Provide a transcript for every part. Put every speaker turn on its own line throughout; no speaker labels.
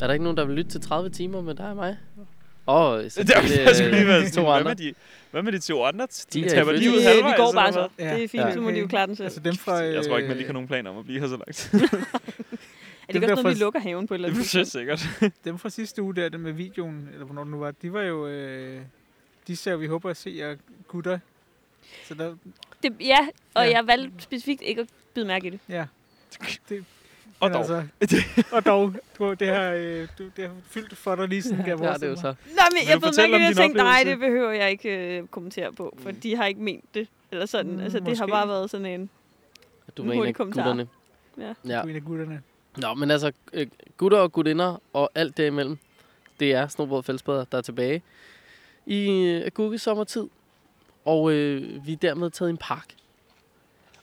Er der ikke nogen, der vil lytte til 30 timer med dig og mig? Åh, oh, så
Det, det,
det,
jeg skulle lige være
to
sådan, hvad
andre.
med de, hvad med de to andre?
De
De
er
taber
i
de
fødsel.
ud
de,
halvvejs.
de går bare
eller
så.
hvad?
Ja.
Ja.
Det er fint,
Ja.
så må de jo klare den selv.
Altså dem fra...
Jeg tror ikke, man lige har
øh,
nogen planer om at blive her så langt.
er det ikke
dem
også
der
noget, de
fra-
lukker haven på et eller
det er
andet
præcis
tidspunkt?
sikkert.
Dem fra sidste uge der, den med videoen, eller hvornår det nu var, de var jo... Øh, de ser vi håber at se jer gutter. Så der,
Det, ja, og
Ja.
jeg valgte specifikt ikke at bide mærke i det.
ja. Det,
Og
men
dog.
Altså, og dog. Du, det, har, øh, du, det har fyldt for dig lige sådan, kan jeg
Ja, det er
forestille
jo
mig.
så.
Nej, men
Vil
jeg
du
bed
fortælle
mærke i
om
det, og
din
tænkte, nej,
oplevelse?
det behøver jeg ikke øh, kommentere på, for
Mm.
de har ikke ment det. Eller sådan,
Mm,
altså det har
måske.
bare været sådan en...
Du
En
var en af
hurtig kommentar.
gutterne.
Ja.
ja.
Du er en af gutterne.
Nå, men altså, øh, gutter og gutinder og alt derimellem, det er Snobrød og Fællesbader, der er tilbage i øh, Agurkes sommertid. Og øh, vi er dermed taget i en park.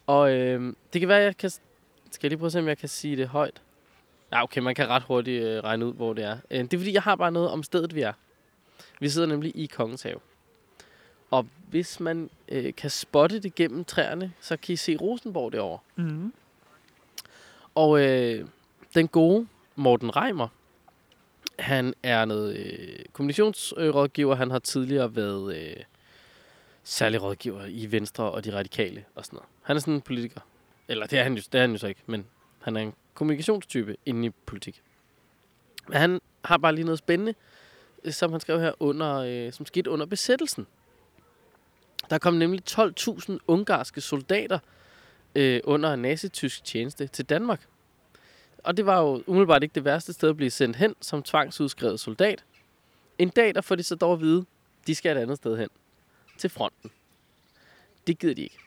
Og øh, det kan være, jeg kan... Skal jeg lige prøve at se, om jeg kan sige det højt? Ja, okay, man kan ret hurtigt øh, regne ud, hvor det er. Øh, det er fordi, jeg har bare noget om stedet, vi er. Vi sidder nemlig i Kongens Have. Og hvis man øh, kan spotte det gennem træerne, så kan I se Rosenborg derovre.
Mm.
Og øh, den gode Morten Reimer, han er noget øh, kommunikationsrådgiver. Han har tidligere været øh, særlig rådgiver i Venstre og de radikale og sådan noget. Han er sådan en politiker. Eller det er han jo, det er han jo så ikke, men han er en kommunikationstype inde i politik. Men han har bare lige noget spændende, øh, som han skrev her, under, øh, som skete under besættelsen. Der kom nemlig 12.000 ungarske soldater øh, under nazitysk tjeneste til Danmark. Og det var jo umiddelbart ikke det værste sted at blive sendt hen som tvangsudskrevet soldat. En dag, der får de så dog at vide, de skal et andet sted hen. Til fronten. Det gider de ikke.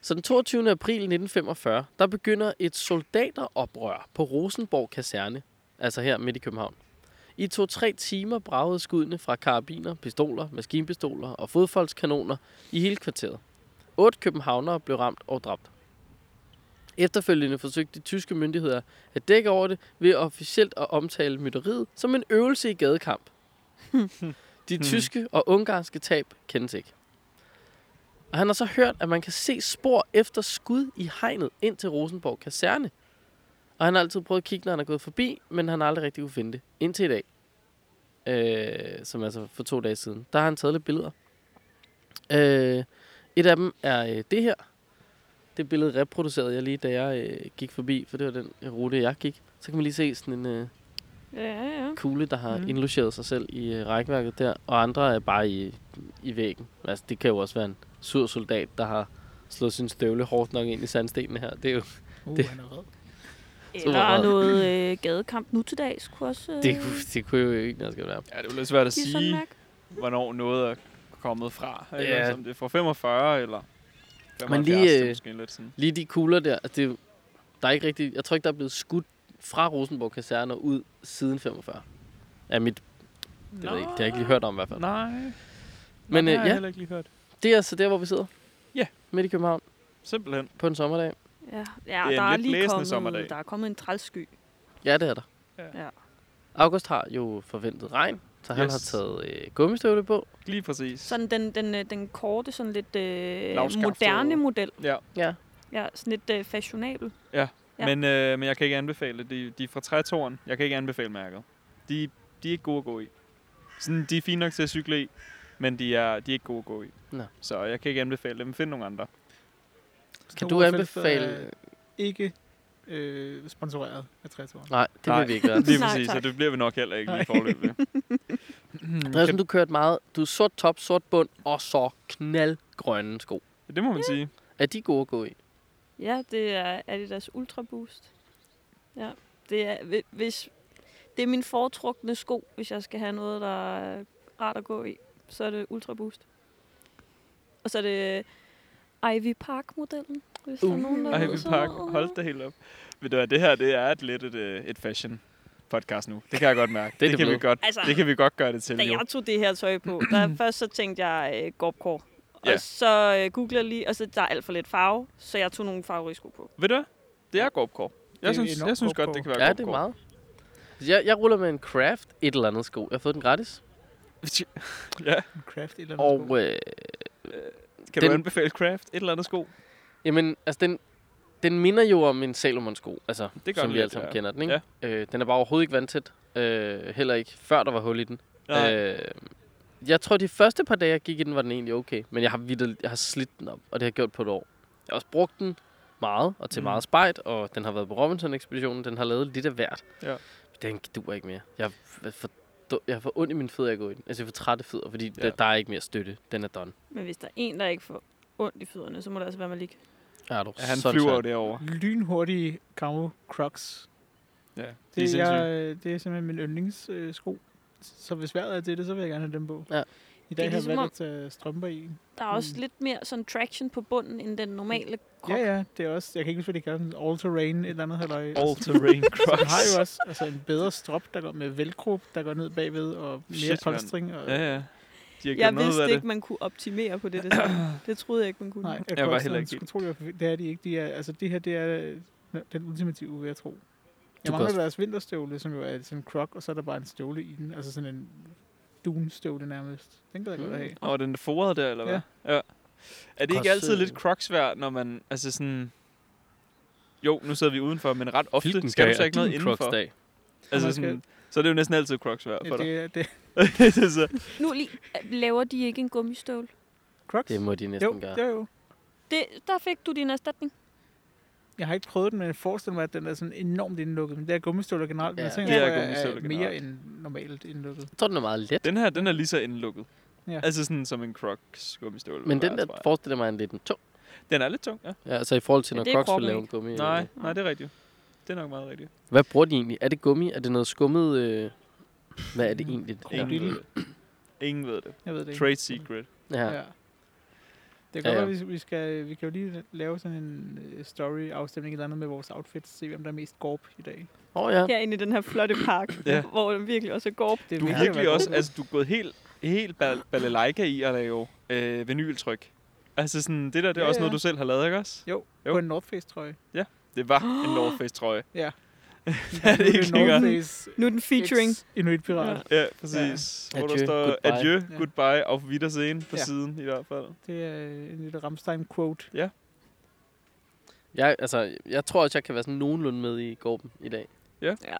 Så den 22. april 1945, der begynder et soldateroprør på Rosenborg Kaserne, altså her midt i København. I to-tre timer bragede skuddene fra karabiner, pistoler, maskinpistoler og fodfoldskanoner i hele kvarteret. Otte københavnere blev ramt og dræbt. Efterfølgende forsøgte de tyske myndigheder at dække over det ved officielt at omtale mytteriet som en øvelse i gadekamp. De tyske og ungarske tab kendes ikke. Og han har så hørt, at man kan se spor efter skud i hegnet ind til Rosenborg Kaserne. Og han har altid prøvet at kigge, når han er gået forbi, men han har aldrig rigtig kunne finde det. Indtil i dag. Øh, som altså for to dage siden. Der har han taget lidt billeder. Øh, et af dem er øh, det her. Det billede reproducerede jeg lige, da jeg øh, gik forbi, for det var den øh, rute, jeg gik. Så kan man lige se sådan en øh,
Ja, ja, ja.
kugle, der har
Mhm.
mm. indlogeret sig selv i øh, rækværket der, og andre er bare i, i væggen. Altså, det kan jo også være en sur soldat, der har slået sin støvle hårdt nok ind i sandstenen her. Det er jo,
Uh,
Det-
han er red.
Eller noget øh, gadekamp nu til dags kunne også... Øh,
det, kunne, det kunne jo ikke noget skal være.
Ja, det er jo lidt svært at
give sådan
sige,
mærke.
hvornår noget er kommet fra. Ikke?
Ja.
Altså, om det er fra 45 eller 75,
Men
Men
lige,
lige, det er
øh,
måske lidt sådan.
Lige de kugler der, altså, det er jo, der er ikke rigtig, jeg tror ikke, der er blevet skudt fra Rosenborg Kaserne og ud siden 45. Ja, mit, det, ved jeg ikke, det har jeg ikke lige hørt om i hvert fald.
Nej,
Men,
Nej, det
øh,
har jeg
ja.
heller ikke lige hørt.
Det er altså der, hvor vi sidder.
Ja.
Midt i København
Simpelthen.
på en sommerdag.
Ja, ja
Det er
der,
en
er
lidt
lige
blæsende
kommet,
sommerdag.
der er kommet en trælsky.
Ja, det er der.
Ja.
Ja.
August har jo forventet regn, så han
Yes.
har taget øh, gummistøvle på.
Lige præcis.
Sådan den, den, øh, den korte, sådan lidt øh,
Lavskaftet.
moderne model.
Ja.
Ja.
Ja, sådan lidt øh, fashionabel. Ja.
Men, øh, men jeg kan ikke anbefale det. De, de er fra Trætoren. Jeg kan ikke anbefale mærket. De, de er ikke gode at gå i. Sådan, de er fine nok til at cykle i, men de er, de er ikke gode at gå i.
Nå.
Så jeg kan ikke anbefale dem. Find nogle andre.
Kan
Store
du
fællesbad er
anbefale...
Ikke øh, sponsoreret af 60'erne.
Nej, det
Nej.
vil vi ikke gøre.
Lige
Nej,
præcis,
tak.
og det bliver vi nok heller ikke lige
Nej.
forløbig.
Andreasen, du kørte meget. Du er sort top, sort bund og så knaldgrønne sko.
Det må man sige.
Er de gode at gå i?
Ja, det er Adidas Ultra Boost. Ja, det er, hvi- hvis, det er min foretrukne sko, hvis jeg skal have noget, der er rart at gå i. Så er det Ultra Boost. Og så er det øh, Ivy Park-modellen, hvis uh, der er
Uh,
nogen, der
Ej,
ved
vi
sådan
pakker.
noget.
Hold da helt op. Ved du hvad, det her det er et lidt et, øh, et fashion podcast nu. Det kan jeg godt mærke.
Det er det
kan vi
blevet.
godt,
Altså,
det kan vi godt gøre det til.
Da
Jo.
jeg tog det her tøj på, der først så tænkte jeg øh, gorpkår. Og
Ja.
så øh, googler jeg lige, og så der er alt for lidt farve, så jeg tog nogle farverige sko på.
Ved du hvad? Det er gorpkår.
Det er
Jeg synes,
enormt
jeg synes godt,
gorpkår.
det kan være
Ja,
gorpkår.
det er meget. Altså, Jeg, jeg ruller med en craft et eller andet sko. Jeg har fået den gratis.
ja.
En craft eller noget. sko.
Og øh,
Kan
Den-
du anbefale craft? Et eller andet sko?
jamen, altså den, den minder jo om en Salomon sko, altså,
Det gør
som
den
vi
lidt,
alle sammen
ja.
kender den. Ikke? Øh, den er bare overhovedet ikke vandtæt. Øh, heller ikke, før der var hul i den.
Nej.
Øh, jeg tror, de første par dage, jeg gik i den, var den egentlig okay. Men jeg har, vidderligt, jeg har slidt den op, og det har jeg gjort på et år. Jeg har også brugt den meget, og til
Mm.
mm. meget spejt, og den har været på Robinson-ekspeditionen. Den har lavet lidt af hvert.
Ja.
Den duer ikke mere. Jeg er for, dum- jeg er for ondt i mine fødder, jeg går i den. Altså, jeg er for trætte fødder, fordi
Ja.
ja. der, der er ikke mere støtte. Den er done.
Men hvis der er en, der ikke får ondt i fødderne, så må det altså være Malik.
Er du
Ja, han
sådan
flyver jo
sat.
derovre.
Lynhurtige Camo Crocs.
Ja, de er
Det er,
sindssygt.
jeg, øh, det er simpelthen min yndlingssko. Øh, sko. så hvis vejret er til det, så vil jeg gerne have dem på.
Ja.
I
Det er
dag har jeg
ligesom
valgt at tage strømper i.
Der er også
Mm.
lidt mere sådan traction på bunden, end den normale krop.
Ja, ja, det er også, jeg kan ikke huske, hvad de kalder den, all-terrain, et eller andet halvøj.
All terrain
Så den har
crocs.
jo også altså, en bedre strop, der går med velcro, der går ned bagved, og mere
Shit, mand.
Shit, polstring. Og,
Ja, ja. De har gjort
Jeg
noget ud
vidste
af
ikke, man kunne optimere på det design. Det troede jeg ikke, man kunne.
Nej,
Jeg var heller ikke
Skulle tro, det, var perfekt. det er de ikke. De er, altså, det her det er øh, den ultimative, vil jeg tro. Jeg
kan
mangler
også-
deres vinterstøvle, som jo er sådan en croc, og så er der bare en støvle i den. Altså sådan en dunstøvle nærmest. Den kan jeg godt
Mm.
have.
Og den der forrede der, eller hvad? Ja. ja. Er det ikke
Også,
altid
øh,
lidt crocsvær, når man, altså sådan... Jo, nu sidder vi udenfor, men ret ofte
Hvilken
skal
dag
du så
er
ikke noget
din
indenfor.
Crocs-dag?
Altså
man
sådan, så er det jo næsten altid crocsvær
Ja,
for dig.
det, er- det,
Det er så-
Nu lige, øh, laver de ikke en gummistøvle?
crocs?
Det må de
jo,
næsten gøre.
jo, jo.
Det, der fik du din erstatning.
Jeg har ikke prøvet den, men jeg forestiller mig, at den er sådan enormt indlukket. Men det er gummistøvler generelt, men
Ja.
jeg tænker,
Det er
at
gummistøvler
er mere
generelt.
end normalt indlukket.
Jeg tror, den er meget let.
Den her, den er lige så indelukket.
Ja.
Altså sådan som en crocs gummistøvle.
Men
vil
den
være,
der
tror jeg.
forestiller mig en lidt en tung.
Den er lidt tung, ja.
Ja, altså i forhold til,
Men
når
det er
Crocs vil
kroppen
lave en
ikke.
gummi.
Nej, nej, det er rigtigt. Det er nok meget rigtigt.
Hvad bruger de egentlig? Er det gummi? Er det noget skummet? Øh... Hvad er det
Mm,
egentlig? Det
Ingen
der?
ved det. Ingen ved det.
Jeg ved det ikke.
Trade secret.
Ja.
Ja. Det
Ja,
kan
ja.
godt være, vi, vi, skal, vi kan jo lige lave sådan en øh, story-afstemning eller andet med vores outfits, se hvem der er mest gorp i dag.
Åh oh, ja.
Herinde i den her flotte park,
Ja.
hvor den virkelig også er gård.
Det er
Du
vigtigt
er
at
virkelig
være
også,
god.
altså du er gået helt, helt bal- balalaika i at lave øh, vinyltryk. Altså sådan, det der, det er
Ja,
også
ja.
noget, du selv har lavet, ikke også?
Jo,
Jo.
jo, på en North Face trøje.
Det var en North Face trøje.
Ja.
er det ikke længere.
Face
Nu er den featuring.
X Inuit Pirat.
Ja.
Ja.
Ja, præcis. Ja. Hvor der
Adieu,
står
goodbye.
adieu,
Ja.
goodbye, auf Wiedersehen på ja.
Ja.
siden i hvert fald.
Det er øh, en lille Ramstein-quote.
Jeg, altså, jeg tror også, jeg kan være sådan nogenlunde med i gården i dag.
Ja.
Ja.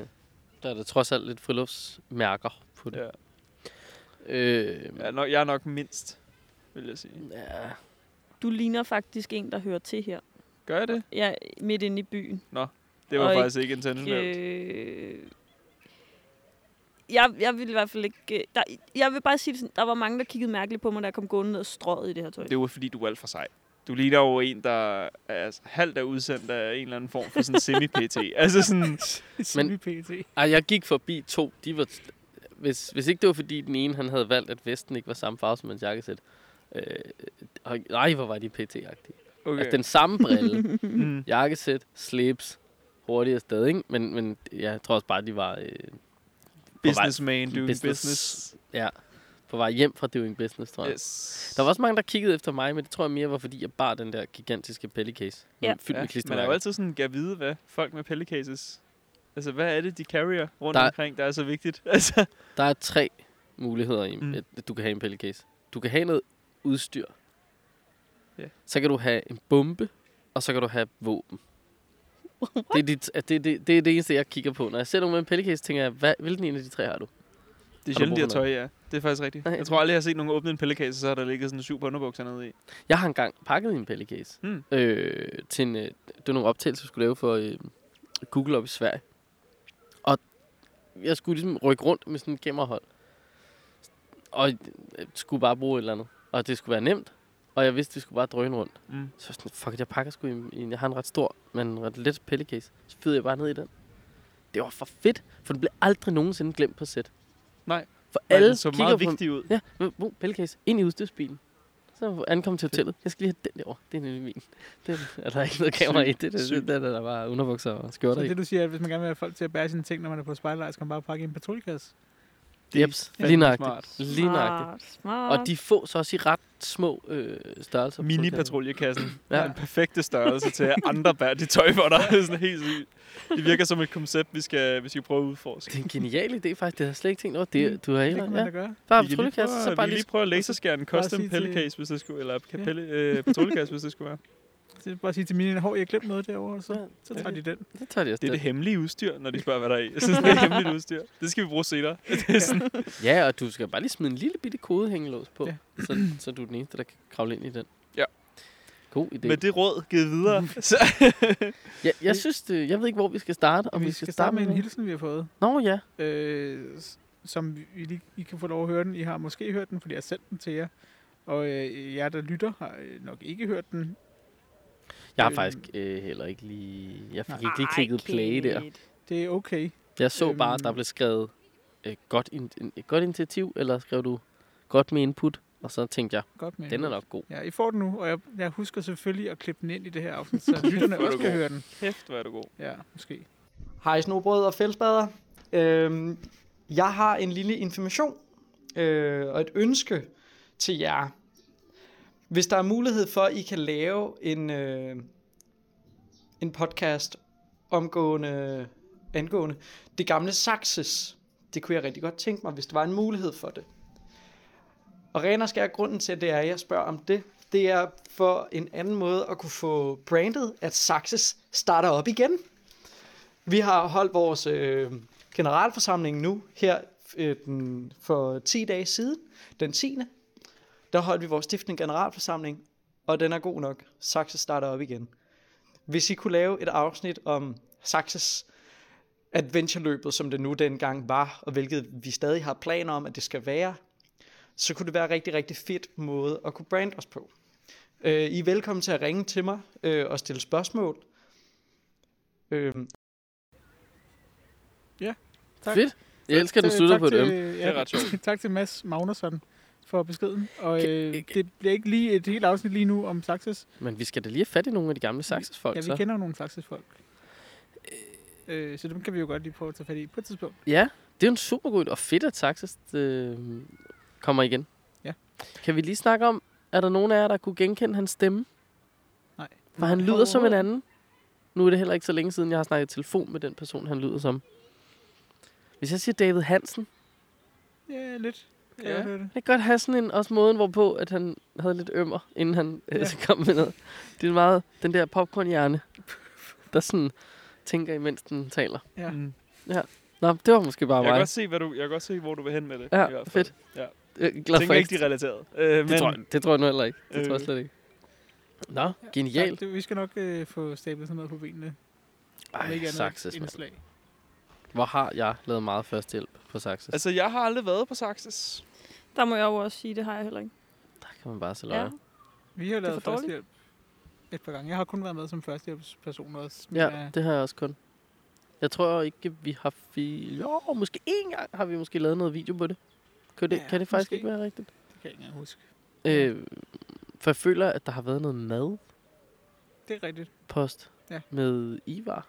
Øh, der er der trods alt lidt friluftsmærker på det.
Ja.
Ja. Øh,
Ja, nok, jeg er nok mindst, vil jeg sige.
ja.
Du ligner faktisk en, der hører til her.
Gør jeg det?
Ja, midt inde i byen.
Det var
Og
faktisk ikke intentionelt.
Øh, jeg, jeg vil i hvert fald ikke... øh, Der, jeg vil bare sige, det sådan, der var mange, der kiggede mærkeligt på mig, da jeg kom gående ned og strøget i det her tøj.
Det var fordi, du er alt for sej. Du ligner jo en, der er altså, halvt er udsendt af en eller anden form for sådan semi-PT. altså sådan,
Men, PT.
Ej, jeg gik forbi to. De var hvis, hvis ikke det var fordi den ene han havde valgt, at vesten ikke var samme farve som hans jakkesæt. Øh, og- nej, hvor var de pt-agtige. Okay. Altså den samme brille,
mm.
jakkesæt, slips, hurtigt afsted, ikke? Men, men jeg tror også bare, de var øh,
Businessman doing business.
Ja, på vej hjem fra Doing Business, tror jeg. Yes.
Yes.
Der var også mange, der kiggede efter mig, men det tror jeg mere var, fordi jeg bar den der gigantiske pellicase.
Ja.
Ja. Fyldt med
Man er jo
klistermærker.
altid sådan, kan vide, hvad folk med pellecases... Altså, hvad er det, de carrier rundt der...
Der-
omkring, der er så vigtigt? Altså,
Der er tre muligheder, i,
Mm.
mm. at du kan have en pellicase. Du kan have noget udstyr.
Ja.
Så kan du have en bombe, og så kan du have våben. Det er, dit, at det, det, det er det eneste, jeg kigger på. Når jeg ser nogen med en pellicase, tænker jeg, hvad, hvilken en af de tre har du?
det er
du
sjældent, de har
brug for
tøj, ja. Det er faktisk rigtigt.
Nej.
Jeg tror aldrig, jeg har set nogen åbne en pellecase, så har der ligget sådan syv på underbukser nede i.
Jeg har engang pakket en pellicase
Hmm.
øh, til en, øh, det var nogle optagelser, jeg skulle lave for øh, Google op i Sverige. Og jeg skulle ligesom rykke rundt med sådan en kamerahold. Og øh, skulle bare bruge et eller andet. Og det skulle være nemt. Og jeg vidste, vi skulle bare drøne rundt.
Mm.
Så var jeg sådan, fuck, it, jeg pakker sgu i, en- i en- jeg har en ret stor, men en ret let pellicase. Så fyrede jeg bare ned i den. Det var for fedt, for den blev aldrig nogensinde glemt på sæt.
Nej.
For
Men
alle
den så meget
kigger på,
vigtigt ud.
Ja, wow, pellecase. Ind i udstyrsbilen. Så ankom til hotellet. Jeg skal lige have den derovre. Det er nemlig min. Den er der ikke noget kamera i. Det er det,
Sygt.
det, det, der bare underbukser og
Så
skjorter i.
det du siger, er, at hvis man gerne vil have folk til at bære sine ting, når man er på spejlejr, skal man bare pakke i en patruljekasse.
Det er
Jeps,
fandme
lige nøjagtigt.
smart.
Lige nøjagtigt.
Smart, smart.
Og de få så også i ret små øh, størrelser. på fodkanterne.
Mini-patruljekassen.
Ja.
ja. Den perfekte størrelse til, at andre bærer dit tøj for dig. Det er sådan helt sygt. Det virker som et koncept, vi skal, vi skal prøve at udforske.
Det er en genial idé faktisk. Det havde jeg slet ikke tænkt over. Det, du har
Mm. Det
helt
kan
ret.
man da
Ja.
gøre.
Bare
vi kan lige prøve,
patruljeklasse, så
vi
bare
kan
lige...
lige prøve at laserskære en
Bare
custom
sige til-
pellekasse, hvis det skulle, eller kapelle, øh, patruljekasse, hvis det skulle være.
Det er bare at sige til mine, hov, jeg glemte noget derovre, og så, så
Ja.
tager de den.
Det tager de også
Det er det
det.
hemmelige udstyr, når de spørger, hvad der er i. Jeg synes, det er hemmeligt udstyr. Det skal vi bruge senere. Det er sådan,
Ja, og du skal bare lige smide en lille bitte kodehængelås på,
Ja.
ja. så, så du er den eneste, der kan kravle ind i den.
Ja.
God idé.
med det råd givet videre. Så,
Ja, jeg synes, det, jeg ved ikke, hvor vi skal starte.
Og vi, skal starte med en hilsen, vi har fået.
Nå ja,
øh, s- som vi, lige- I kan få lov at høre den. I har måske hørt den, fordi jeg har sendt den til jer. Og øh, jer, der lytter, har øh, nok ikke hørt den.
jeg har
Øhm.
faktisk øh, heller ikke lige... Jeg fik
Nej.
ikke lige klikket play der.
Det er okay.
Jeg så øhm. bare,
Øhm.
der blev skrevet øh, godt, in, en, et godt initiativ, eller skrev du godt med input, og så tænkte jeg,
Godt med.
den er nok god.
Ja, I får den nu, og jeg, jeg husker selvfølgelig at klippe den ind i det her afsnit, så lytterne
Hvor er
også
du
kan
god.
høre den.
kæft, hvor er du god.
Ja, måske.
Hej snobrød og fællesbader. Øhm, jeg har en lille information øh, og et ønske til jer. Hvis der er mulighed for, at I kan lave en, øh, en podcast omgående, angående det gamle Saxes. Det kunne jeg rigtig godt tænke mig, hvis der var en mulighed for det. Og ren og skær grunden til, at det er, at jeg spørger om det, det er for en anden måde at kunne få brandet, at Saxes starter op igen. Vi har holdt vores øh, generalforsamling nu her øh, den, for 10 dage siden, den 10. Der holdt vi vores stiftende generalforsamling, og den er god nok. Saxe starter op igen. Hvis I kunne lave et afsnit om Saxes adventureløbet, som det nu dengang var, og hvilket vi stadig har planer om, at det skal være, så kunne det være en rigtig, rigtig fedt måde at kunne brande os på. Øh, I er velkommen til at ringe til mig øh, og stille spørgsmål. Øh,
Tak.
Fedt. Jeg elsker, at du
Øh,
slutter
tak
på et øm.
til-
Det er ret sjovt.
tak til Mads Magnusson for beskeden. Og
Kan-
øh, det bliver ikke lige et helt afsnit lige nu om Saxes.
Men vi skal da lige have fat i nogle af de gamle saxesfolk,
Ja, vi
så.
kender jo nogle Saxes-folk. Øh, så dem kan vi jo godt lige prøve at tage fat i på et tidspunkt.
Ja, det er jo en super god idé, og fedt, at Saxes øh, kommer igen.
Ja.
Kan vi lige snakke om, er der nogen af jer, der kunne genkende hans stemme?
Nej.
For han lyder som en anden. Nu er det heller ikke så længe siden, jeg har snakket i telefon med den person, han lyder som. Hvis jeg siger David Hansen,
Ja, lidt. Kan
Ja.
jeg godt høre det.
det kan godt have sådan en, også måden, hvorpå at han havde lidt ømmer, inden han øh,
Ja.
ja. kom med noget. Det er meget den der popcornhjerne, der sådan tænker, imens den taler.
Ja.
Mm.
Nå, det var måske bare
Jeg kan
mig.
godt se, hvad du, jeg kan godt se, hvor du vil hen med det.
Ja,
i hvert fald.
fedt.
Ja.
Ja.
Jeg
Jeg er
Jeg
glad for,
tænker
at
ikke, de er relateret. Øh,
det, tror jeg, det tror jeg nu heller ikke. Det
Øh.
øh. tror jeg slet ikke. Nå,
Tak,
genialt.
det, vi skal nok øh, få stablet sådan noget på benene. Om
Ej,
ikke andet
Saxes, mand.
indslag.
Hvor har jeg lavet meget førstehjælp på Saxes? Altså,
Altså, jeg har aldrig været på Saxes.
Der må jeg jo også sige, det har jeg heller ikke.
der kan man bare se løje. Ja.
Vi har lavet
for dårligt.
førstehjælp et par gange. Jeg har kun været med som førstehjælpsperson også. men,
ja,
øh,
det har jeg også kun. Jeg tror ikke, vi har... Fi... Jo, måske én gang har vi måske lavet noget video på det. Kan det,
Ja,
ja, kan det faktisk
måske.
ikke være rigtigt?
det kan jeg ikke engang huske.
Øh, for jeg føler, at der har været noget madpost
Det er rigtigt. Ja.
med Ivar.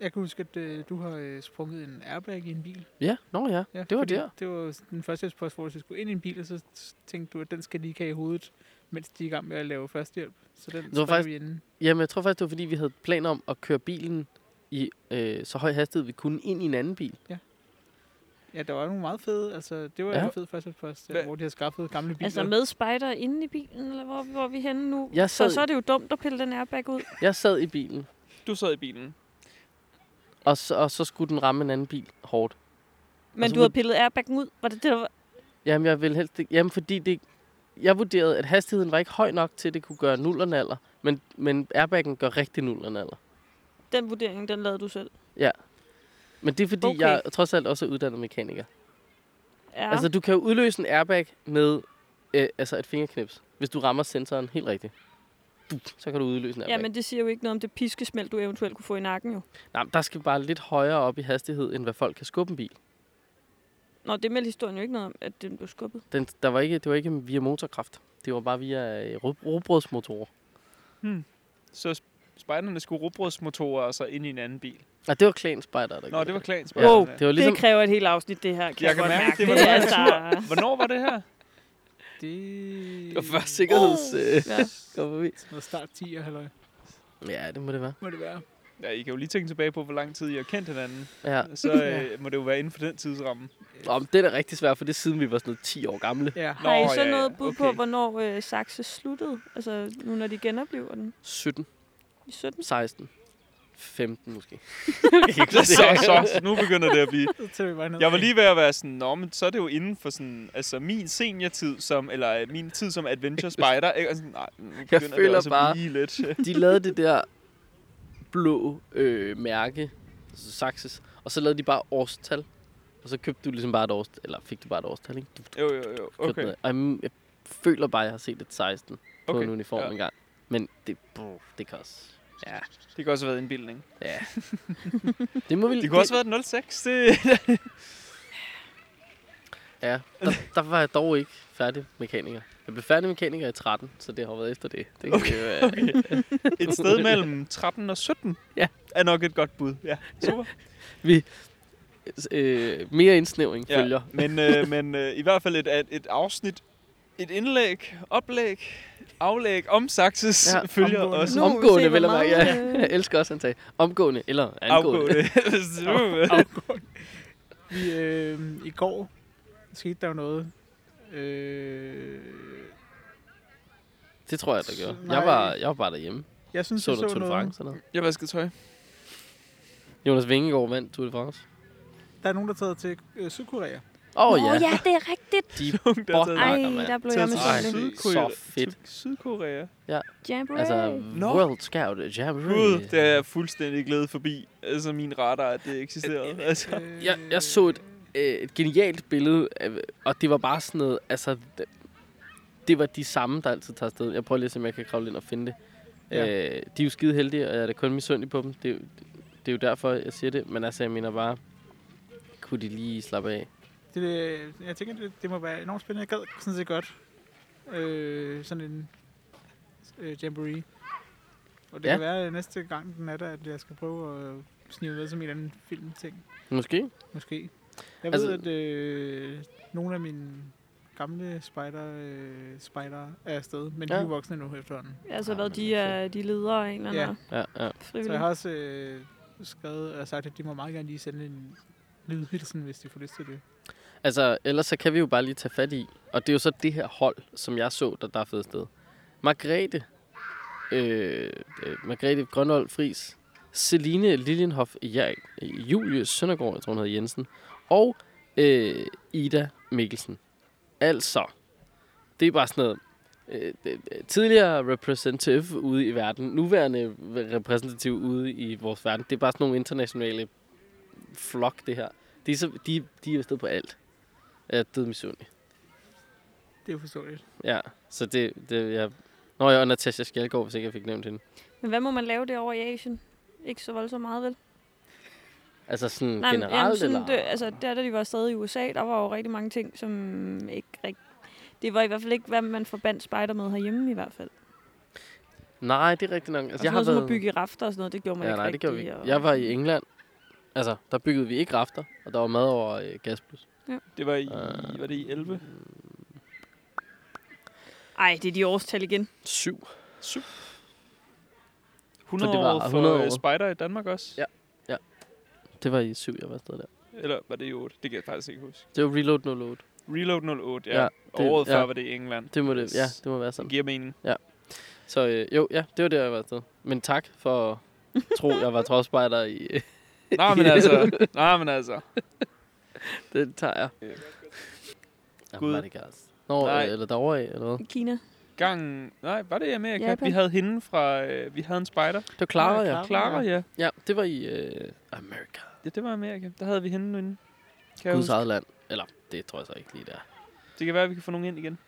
Jeg kan huske, at øh, du har øh, sprunget en airbag i en bil.
Ja, nå ja.
Ja,
Det var
fordi
der.
Det var den førstehjælpspost, hvor du skulle ind i en bil, og så s- tænkte du, at den skal lige have i hovedet, mens de er i gang med at lave førstehjælp. Så den
var
springer
faktisk-
vi inden.
Jamen, jeg tror faktisk, det var, fordi vi havde planer om at køre bilen i øh, så høj hastighed, vi kunne ind i en anden bil.
Ja, der var nogle meget fede. Altså, det var ja.
Ja.
en fed førstehjælpspost, øh,
Hvad-
hvor de har skaffet gamle biler.
Altså med spider inde i bilen, eller hvor, hvor er vi henne nu?
Jeg
Så,
sad-
så er det jo dumt at pille den airbag ud.
Jeg sad i bilen,
Du sad i bilen.
og så, og så skulle den ramme en anden bil hårdt.
Men
Altså,
du
ud-
havde pillet airbaggen ud. Var det det, der var?
Jamen, jeg vil helst ikke. Jamen, fordi det, jeg vurderede, at hastigheden var ikke høj nok til, at det kunne gøre nullernaller. Men, men airbaggen gør rigtig nullernaller.
Den vurdering, den lavede du selv.
Men det er, fordi
Okay.
okay. jeg trods alt også er uddannet mekaniker.
Ja.
Ja.
Altså,
Altså, du kan jo udløse en airbag med øh, altså et fingerknips, hvis du rammer sensoren helt rigtigt. Du, så kan du udløse en airbag.
ja, men det siger jo ikke noget om det piskesmæld, du eventuelt kunne få i nakken jo.
Nej, men der skal bare lidt højere op i hastighed, end hvad folk kan skubbe en bil.
Nå, det meldte historien jo ikke noget om, at den blev skubbet.
Den, der var ikke, det var ikke via motorkraft. Det var bare via øh, rug- rugbrødsmotorer.
Så sp- spejderne skulle rugbrødsmotorer og så ind i en anden bil.
Nej, det var klanspejder, der
Nå,
gjorde
det var klans.
Ja,
Wow,
det var ligesom,
Det kræver et helt afsnit, det her. Kan
Jeg kan
godt
mærke, det var
det
meget
altså...
Hvornår var det her?
Det...
det var først sikkerheds... Øh,
Ja.
kom forbi.
Sådan noget start 10'er, halløj.
ja, det må det være.
Må det være.
Ja, I kan jo lige tænke tilbage på, hvor lang tid I har kendt hinanden.
Ja.
Så øh, må det jo være inden for den tidsramme.
Om det er da rigtig svært, for det er siden, vi var sådan noget 10 år gamle.
Ja.
Nå,
Har I så
ja, ja,
noget bud på,
okay.
hvornår øh, Saxe sluttede? Altså nu, når de genoplever den
17,
i 17?
16, 15 måske.
Så, så, nu begynder det at blive...
Så tager vi bare ned.
Jeg var lige ved at være sådan, Nå, men så er det jo inden for sådan, altså min seniortid som, eller øh, min tid som Adventure Spider. Ikke? Og sådan, nej, nu begynder det
føler
altså at
bare-
blive lidt.
De lavede det der blå øh, mærke, altså Saxes, og så lavede de bare årstal. Og så købte du ligesom bare et årstal, eller fik du bare et årstal, ikke? Du
Jo, jo, jo.
købte
Okay.
noget. Og jeg, mm, jeg føler bare, at jeg har set et 16 på
Okay,
en uniform
ja.
ja. engang. Men det, brr, det kan også... Ja,
Det kan også have været en bildning.
ja. det må vi...
Det kunne også have været 06. Det...
Ja, der, der var jeg dog ikke færdig mekaniker. Jeg blev færdig mekaniker i 13, så det har været efter det. det kan okay. jo, øh,
Et sted mellem 13 og 17
Ja.
er nok et godt bud. Ja, super.
øh, mere indsnævring ja. følger.
Men, øh, men øh, i hvert fald et, et, et afsnit, et indlæg, oplæg, aflæg om Saxes ja,
Ja,
følger
omgående.
også
Nu, se,
Omgående,
hvor
vel at mærke. Ja,
meget, øh,
jeg elsker også, at han sagde. Omgående eller angående.
afgående. Super.
Vi, øh, I går skete der jo noget. Øh,
Det tror jeg, der gjorde.
Nej.
Jeg var, jeg var bare derhjemme.
jeg synes,
Så
jeg
der Tour
så
de
noget.
France og noget.
Jeg vaskede tøj.
Jonas Vingegaard vandt Tour de France.
Der er nogen, der er taget til øh, Sydkorea.
Åh oh, ja,
Åh ja, det er rigtigt.
de
Ung, der er taget-
Ej,
Ej,
mand.
der blev
taget
jeg med
Ej,
til
sådan
Sydkorea.
så fedt.
til Sydkorea.
Jamboree.
Altså,
Nå.
World Scout Jamboree.
Gud, det er jeg fuldstændig glædet forbi. Altså min radar, at det eksisterede. Altså.
Øh,
Jeg, jeg så et, øh, et genialt billede, af, og det var bare sådan noget, altså, det, det var de samme, der altid tager afsted. Jeg prøver lige at se, om jeg kan kravle ind og finde det.
Ja.
Ja. Øh, de er jo skide heldige, og jeg er da kun misundelig på dem. Det, er jo- det er jo derfor, jeg siger det, men altså, jeg mener bare, kunne de lige slappe af?
Det, øh, jeg tænker, det, det må være enormt spændende. Jeg gad sådan set godt øh, sådan en øh, jamboree. Og det
Ja.
kan være at næste gang den er der, at jeg skal prøve at snige noget som en eller anden filmting.
Måske?
Måske. Jeg
Altså-
ved, at øh, nogle af mine gamle spider, øh, spider er afsted, men ja. de
Ja.
er jo voksne nu efterhånden.
Altså,
Ej,
hvad
men
de
det er
er, de ledere af en eller
Ja.
anden
Ja, ja.
Så jeg
frivillig.
har også øh, skrevet eller sagt, at de må meget gerne lige sende en lydhilsen, hvis de får lyst til det.
Altså, ellers så kan vi jo bare lige tage fat i, og det er jo så det her hold, som jeg så, der der er fedt sted. Margrethe, øh, øh, Margrethe Grønhold Fris, Celine Lilienhoff, ja, Julie Søndergaard, jeg tror hun hedder Jensen, og øh, Ida Mikkelsen. Altså, det er bare sådan noget, øh, øh, tidligere representative ude i verden, nuværende repræsentativ ude i vores verden, det er bare sådan nogle internationale flok, det her. De er, så, de, de er afsted på alt. Jeg er død misundelig.
Det er jo forståeligt.
Ja, så det, det jeg... Nå, jeg og Natasha Skjaldgaard, hvis ikke jeg fik nævnt hende.
Men hvad må man lave derovre i Asien? Ikke så voldsomt meget, vel?
Altså sådan
men
generelt,
jamen, sådan,
eller?
Det, altså, der, da de var stadig i USA, der var jo rigtig mange ting, som ikke rigtig... Det var i hvert fald ikke, hvad man forbandt spejder med herhjemme i hvert fald.
Nej, det er rigtigt nok. Altså,
Altså, jeg har
jeg
noget, været... som
har været...
at bygge rafter og sådan noget, det gjorde man
Ja,
ikke
nej, det
rigtig.
gjorde vi ikke.
Og...
Jeg var i England. Altså, der byggede vi ikke rafter, og der var mad over øh, gasplus.
Det var i,
Øh.
var det i 11?
Ej, det er de årstal igen.
Syv.
100
det var
år for
100
100
år.
Spider i Danmark også?
Ja. Det var i syv, jeg var afsted der.
Eller var det i 8? Det kan jeg faktisk ikke huske.
Det var reload, no load.
Reload 08, ja.
Ja,
ja
det-
Året før
ja.
var det i England.
Det må det, ja,
Yes.
det må være
Det
sådan.
giver mening.
Så øh, jo, ja, det var der, jeg var afsted. Men tak for at tro, jeg var trådspejder i... øh,
Nej, men altså. Nej, men altså.
Den tager jeg.
Ja. Gud.
Gud. Jamen, gas. Nå,
Nej.
Nej. eller derovre af, eller hvad?
I Kina.
Gangen... Nej, var det i Amerika?
Japan.
Vi havde hende fra... Øh, vi havde en spider.
Det var Clara,
Nej,
ja.
Clara,
ja.
ja.
Ja, det var i øh, Amerika.
Ja, det var Amerika. Der havde vi hende inde. Kan jeg
Guds
huske.
eget land. Eller, det tror jeg så ikke lige, der.
Det kan være, at vi kan få nogen ind igen.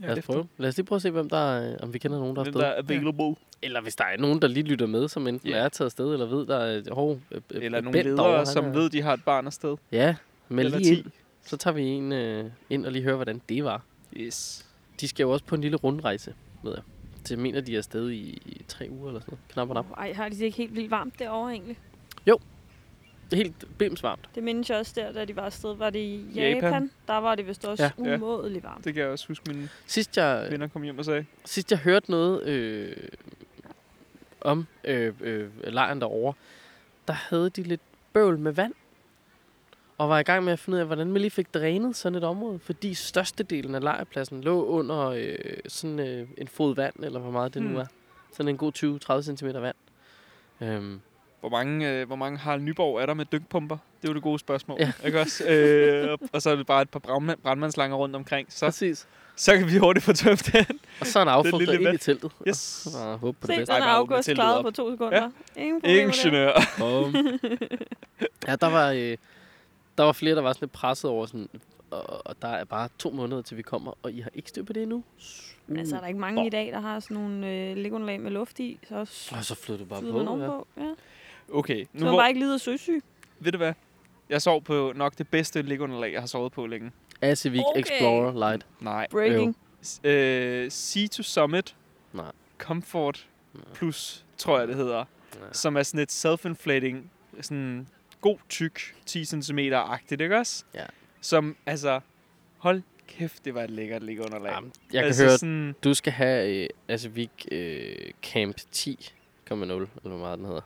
Ja, Lad os
efter.
prøve. Lad os lige prøve at se, hvem der er, øh, om vi kender nogen, der er
Hvem der
afsted.
er available.
Eller hvis der er nogen, der lige lytter med, som enten
Ja.
yeah. er taget afsted, eller ved, der er hov, øh, øh,
Eller nogle
Bent derovre,
ledere,
han
som
er-
ved, de har et barn afsted.
Ja, men
Eller
lige
10.
ind. Så tager vi en øh, ind og lige hører, hvordan det var.
Yes.
De skal jo også på en lille rundrejse, ved jeg. Så jeg mener, de er afsted i, i tre uger eller sådan noget. Knap og nap.
Ej, har de det ikke helt vildt varmt derovre egentlig?
Det er helt bimsvarmt.
Det mindes jeg også der, da de var afsted. Var det i
Japan.
Japan? Japan? Der var det vist også
Ja.
ja.
Ja.
umådeligt varmt.
Det kan jeg også huske, mine
Sidst jeg,
venner kom hjem og sagde.
Sidst jeg hørte noget, øh, om øh, øh, lejren derovre, der havde de lidt bøvl med vand. Og var i gang med at finde ud af, hvordan man lige fik drænet sådan et område. Fordi størstedelen af lejrpladsen lå under øh, sådan øh, en fod vand, eller hvor meget det nu
Hmm.
er. Sådan en god 20-30 cm vand. Øhm,
Hvor mange, øh, hvor mange Harald Nyborg er der med dykpumper? Det er jo det gode spørgsmål.
Ja.
Ja. Ikke også? Øh, og så er det bare et par brandmand, brandmandslanger rundt omkring. Så,
præcis.
så kan vi hurtigt få tømt den.
Og så en
lille
affugter ind i
vat.
teltet.
Yes.
Og håbe på det
Se,
bedste.
Ej,
den er
hvor åbner
august
teltet
klaret
op.
på to sekunder. Ingen problemer der.
Ingeniør.
Bum. ja, der var, øh, der var flere, der var sådan lidt presset over sådan, og, og der er bare to måneder, til vi kommer, og I har ikke styr på det endnu?
Men altså, er der ikke mange i dag, der har sådan nogle øh, legunlag med luft i, så
Og så flytter du bare
sidder man
på. Ja.
ovenpå. Ja.
Okay, nu
Så man
hvor,
bare ikke lider af søsyg.
ved du hvad? Jeg sov på nok det bedste liggeunderlag, jeg har sovet på længe.
Asivik okay.
Okay.
Explorer Light.
Nej.
Breaking.
S- Øh, sea to Summit.
Nej.
Comfort Plus, tror jeg det hedder.
Ja.
Som er sådan et self-inflating, sådan god tyk, 10 cm agtigt ikke også?
Ja.
Som, altså, hold kæft, det var et lækkert liggeunderlag.
Jamen, jeg kan
altså,
altså høre,
Sådan,
du skal have øh, Asivik øh, Camp 10,0, eller hvor meget den hedder.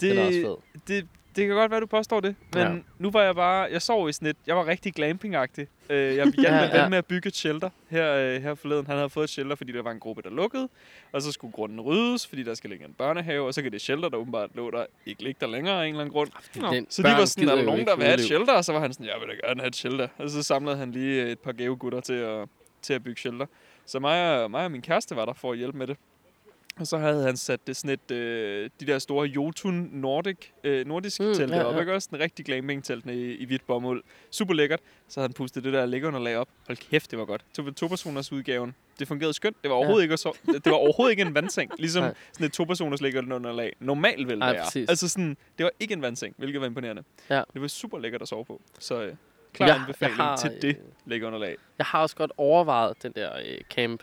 Det, den er også
det,
fed.
det, det kan godt være, du påstår det, men
Ja.
ja. nu var jeg bare, jeg sov i sådan et, jeg var rigtig glampingagtig. Øh, jeg hjalp
Ja,
ja, ja.
ja.
med at bygge et shelter her, øh, her forleden. Han havde fået et shelter, fordi der var en gruppe, der lukkede, og så skulle grunden ryddes, fordi der skal ligge en børnehave, og så kan det shelter, der åbenbart lå der, ikke ligge der længere af en eller anden grund.
Nå.
Den,
Så de
børn
var sådan,
gider
er der
jo
nogen,
ikke
der vil have et
udleve-
shelter? Og så var han sådan, jeg vil da gerne have et shelter. Og så samlede han lige øh, et par gavegutter til at, til at bygge shelter. Så mig og, mig og min kæreste var der for at hjælpe med det. Og så havde han sat det sådan et, øh, de der store Jotun Nordic, øh, nordisk
Mm,
mm, telt
ja,
ja, op,
ja.
ikke også? En rigtig glamping telt i, i hvidt bomuld. Super lækkert. Så havde han pustet det der lækkerunderlag op. Hold kæft, det var godt. To, to personers udgaven. Det fungerede skønt. Det var overhovedet, ja. ikke, at sove- det det var overhovedet ikke en vandseng. Ligesom
Nej.
sådan et to-personers lækkerunderlag normalt vil
Nej,
være.
præcis.
Altså sådan, det var ikke en vandseng, hvilket var imponerende.
Ja.
Det var super lækkert at sove på. Så øh, klar jeg,
Jeg- jeg
anbefaling
har,
har, til det
øh,
lægge underlag.
Jeg har også godt overvejet den der øh, Camp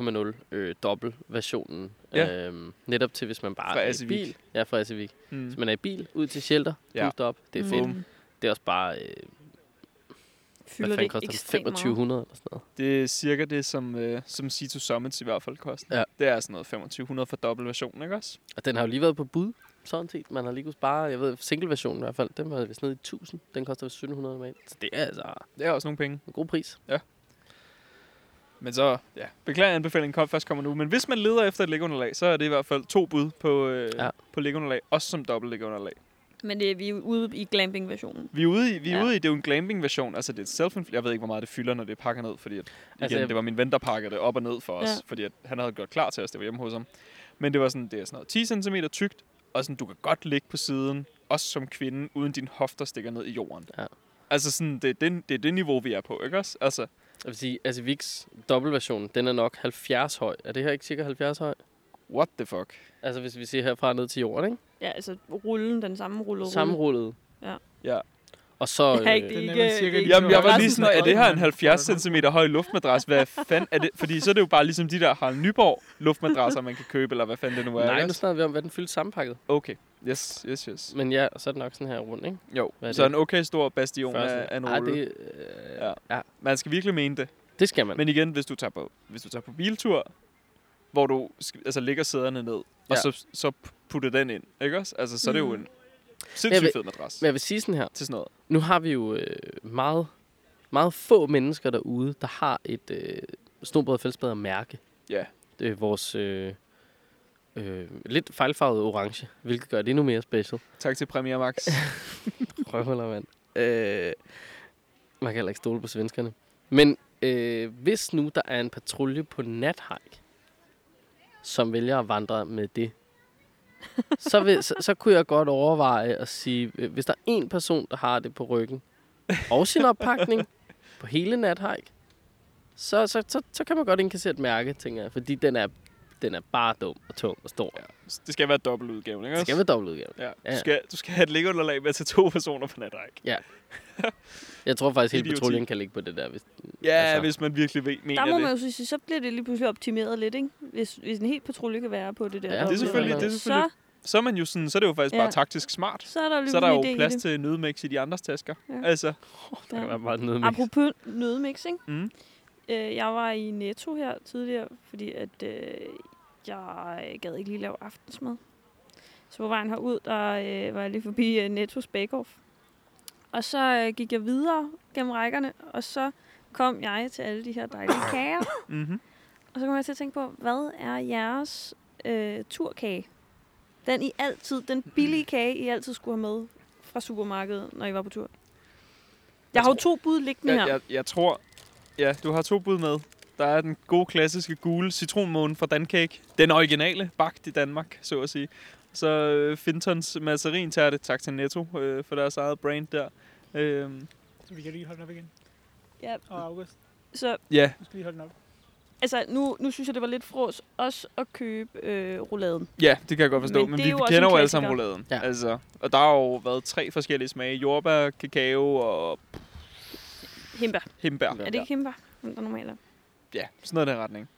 10,0 øh, dobbelt versionen.
Ja.
Øhm, netop til, hvis man bare
Fra
er i
Assevik.
bil. Ja, fra Asivik.
Mm.
Hvis man er i bil, ud til shelter,
Ja.
ja. op. Det er fedt. Mm. Det er også bare, øh, hvad
Fylder
fanden
det
koster det?
ekstremt meget.
2500 eller sådan noget.
Det er cirka det, som, øh, som C2 Summits i hvert fald koster.
Ja.
Det er sådan noget 2500 for dobbelt version, ikke også?
Og den har jo lige været på bud, sådan set. Man har lige kunnet spare, jeg ved, single-versionen i hvert fald, den var vist nede i 1000. Den koster vist 1700 normalt. Så det er altså
Det er også nogle penge.
en god pris.
Men så, ja, beklager anbefalingen kom først kommer nu. Men hvis man leder efter et lægunderlag, så er det i hvert fald to bud på, øh,
Ja.
ja. på lægunderlag. Også som dobbelt lægunderlag.
Men det, er- vi er ude i glamping-versionen.
Vi er ude i, vi er
Ja.
ja. ude i det er jo en glamping-version. Altså, det er self Jeg ved ikke, hvor meget det fylder, når det pakker ned. Fordi at, igen,
Altså,
altså,
jeg-
det var min ven, der pakkede det op og ned for os.
Ja.
Fordi at han havde gjort klar til os. Det var hjemme hos ham. Men det var sådan, det er sådan noget 10 cm tykt. Og sådan, du kan godt ligge på siden. Også som kvinde, uden din hofter stikker ned i jorden.
Ja.
Altså sådan, det er, det, det er det niveau, vi er på, ikke også? Altså,
Jeg vil sige, altså Vicks dobbeltversion, den er nok 70 høj. Er det her ikke cirka 70 høj?
what the fuck?
Altså hvis vi ser herfra ned til jorden, ikke?
Ja, altså rullen, den samme rullede rulle.
Sammenrullet.
Uhuh. Ja.
Ja.
Og så...
Ja, ikke
øh,
det.
Den er
ikke-
vel cirka
det er
lige
ikke
Jamen,
så
jeg
høj
var
som
lige
den
sådan, noget, er det her en
grønne.
70 cm høj luftmadras? Hvad fanden er det? Fordi så er det jo bare ligesom de der Harald Nyborg luftmadrasser, man kan købe, eller hvad fanden det nu er.
Nej,
ikke
nu
også?
snakker vi om, hvad den fyldte sammenpakket.
Okay, yes, yes, yes.
Men ja, så er det nok sådan her rundt, ikke?
Jo,
Hvad er
så
det?
en okay stor bastion af, af en
Ej,
rulle.
det, øh, ja.
Ja. Man skal virkelig mene det.
det skal man.
Men igen, hvis du tager på, hvis du tager på biltur, hvor du sk- altså, lægger sæderne ned, ja.
Ja.
og så, så putter den ind, ikke også? Altså, så er det
Mm.
jo en
Jeg
sindssygt
vil-
fed madras
Men jeg vil sige sådan her.
til sådan noget.
Nu har vi jo øh, meget, meget få mennesker derude, der har et øh, snobrød og fællesbad mærke.
Ja.
Det er vores øh, øh, lidt fejlfarvede orange, hvilket gør det endnu mere special.
Tak til Premier Max.
Røvhuller, mand. Øh, man kan heller ikke stole på svenskerne. Men øh, hvis nu der er en patrulje på nathike, som vælger at vandre med det, så, vil, så, så kunne jeg godt overveje at sige, øh, hvis der er en person, der har det på ryggen, og sin oppakning på hele nathike, så, så, så, så kan man godt indkassere et mærke, tænker jeg. Fordi den er, den er bare dum og tung og stor.
ja. Det skal være dobbeltudgaven, ikke
Det
også?
skal være dobbeltudgave.
Ja.
Ja.
Du, skal, du skal have et liggeunderlag med til to personer på natræk.
Jeg tror faktisk, hele
Idioti.
patruljen kan ligge på det der. Hvis,
Ja,
Altså.
altså. hvis man virkelig ved, mener
Der må
det.
man jo så sige, så bliver det lige pludselig optimeret lidt, ikke? Hvis, hvis en helt patrulje kan være på det der.
Ja, det er
dobbelt-
selvfølgelig-
det er selvfølgelig- Så, er man jo sådan, så er det jo faktisk
Ja.
ja. bare taktisk smart.
Så er der, jo lige
Så er der
en idé
jo
i
plads
det.
til nødmix i de andres tasker.
Ja.
Altså,
der kan
Ja.
være meget nede med.
Apropos nødmix, ikke?
Mm.
Øh, jeg var i Netto her tidligere, fordi at øh, jeg gad ikke lige lave aftensmad. Så på vejen herud, der øh, var jeg lige forbi øh, Netto's Bake Off. Og så øh, gik jeg videre gennem rækkerne, og så kom jeg til alle de her dejlige kager.
Mm-hmm.
Og så kom jeg til at tænke på, hvad er jeres øh, turkage? Den I altid, den billige kage, I altid skulle have med fra supermarkedet, når I var på tur. Jeg har jo to bud liggende
Jeg,
her.
jeg, jeg tror... Ja, du har to bud med. Der er den gode, klassiske gule citronmåne fra Dancake. Den originale, bagt i Danmark, så at sige. Så øh, Fintons mazarintærte. Tak til Netto øh, for deres eget brand der. Øh,
Så vi kan lige holde den op igen.
Ja,
Og August,
så
ja,
du skal lige holde den op.
altså, nu, nu synes jeg, det var lidt frås også at købe øh, rouladen.
ja, det kan jeg godt forstå.
Men
Men, Men
det
vi
er jo også
kender
en
jo alle sammen
klassiker.
rouladen.
Ja.
Altså, og der har jo været tre forskellige smage. Jordbær, kakao og
Himba.
hembær.
Ja.
Er det ikke himba, som der normalt er?
Ja, sådan noget i den retning.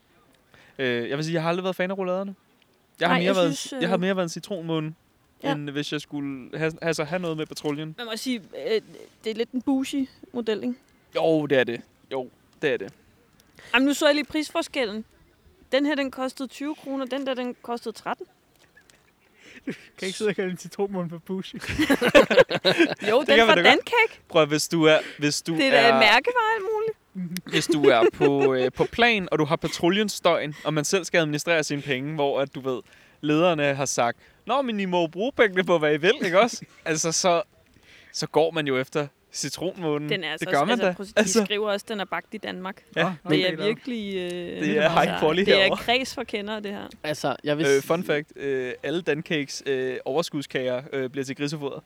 Øh, jeg vil sige, jeg har aldrig været fan af rouladerne. Jeg har,
Nej,
mere,
jeg
været,
synes,
synes,
øh,
jeg har mere været en citronmåne,
Ja.
ja. end hvis jeg skulle have, altså, have noget med patruljen.
Man må sige, øh, det er lidt en bougie model, ikke?
Jo, det er det. Jo, det er det.
Jamen, nu så jeg lige prisforskellen. Den her, den kostede 20 kroner, den der, den kostede 13.
Kan ikke sidde og kalde en citronmund for bush.
Jo,
kan
den
man
fra
da godt.
Dancake.
Prøv at, hvis du er, hvis du
Det er da en
er,
mærkevare alt muligt.
hvis du er på, øh, på plan, og du har patruljens støjen, og man selv skal administrere sine penge, hvor at du ved, lederne har sagt, Nå, men I må jo bruge pengene på, hvad I vil, ikke også? altså, så, så går man jo efter citronmånen.
Den er altså,
Mm. det gør man
altså,
da.
prøv- De altså. skriver også, at den er bagt i Danmark.
Ja,
Nå,
Det
okay,
er
da.
virkelig... Øh,
Det er high quality
Det er
herovre.
kreds for kendere, det her.
Altså, jeg vil...
Øh, fun fact, øh, alle Dancakes øh, overskudskager øh, bliver til grisefoder.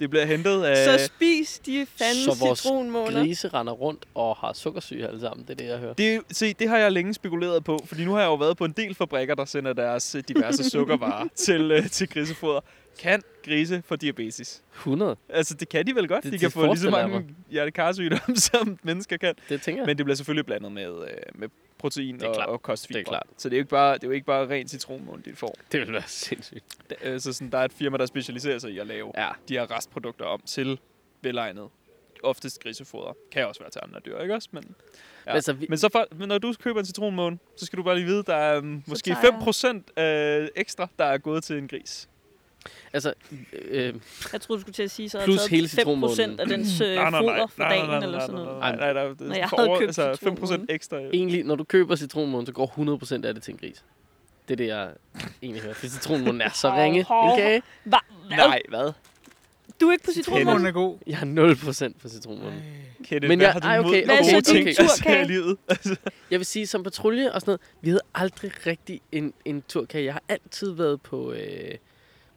det bliver hentet af...
Så spis de fandme
Så vores
citronmåner.
Grise render rundt og har sukkersyge alle sammen. Det er det, jeg hører.
Det, se, det har jeg længe spekuleret på, fordi nu har jeg jo været på en del fabrikker, der sender deres øh, diverse sukkervarer til, øh, til grisefoder. Kan grise få diabetes?
100.
Altså, det kan de vel godt. de
Det- det
kan få lige så
forestiller jeg
mange hjertekarsygdomme, som mennesker kan.
Det tænker jeg.
Men det bliver selvfølgelig blandet med, øh, med protein
er
og,
klart.
og kostfibre.
Det er klart.
Så det er jo ikke bare, det er jo ikke bare ren citronmåne, de får.
det vil være sindssygt.
Da- øh, Så sådan, der er et firma, der specialiserer sig i at lave
Ja.
de her restprodukter om til velegnet. Oftest grisefoder. Kan også være til andre dyr, ikke også? Men, ja.
Altså, vi-
men, så for, men når du køber en citronmåne, så skal du bare lige vide, der er um, måske
tager
5%
jeg-
øh, ekstra, der er gået til en gris.
Altså, øh,
Jeg troede, du skulle til at sige, så jeg
Plus
havde
hele
taget 5% af
citronmånen.
dens øh, foder for dagen, eller sådan noget.
Nej, nej, nej,
Når jeg
nej,
havde
nej,
købt
altså 5%
citronmånen.
ekstra. jo.
egentlig, når du køber citronmånen, så går 100% af det til en gris. Det er det, jeg egentlig hører. Fordi citronmånen er så ringe.
Hov,
Okay?
Hva?
Nej, hvad?
Du er ikke på
Citronmunden
citronmånen?
er god.
Jeg har 0% på citronmånen.
Kenneth,
Men
hvad
jeg-
har du
ej,
imod
okay,
Hvad er så
gode
din
ting altså,
turkage?
i livet?
Jeg vil sige, som patrulje og sådan noget, vi havde aldrig rigtig en, en turkage. Jeg har altid været på, øh,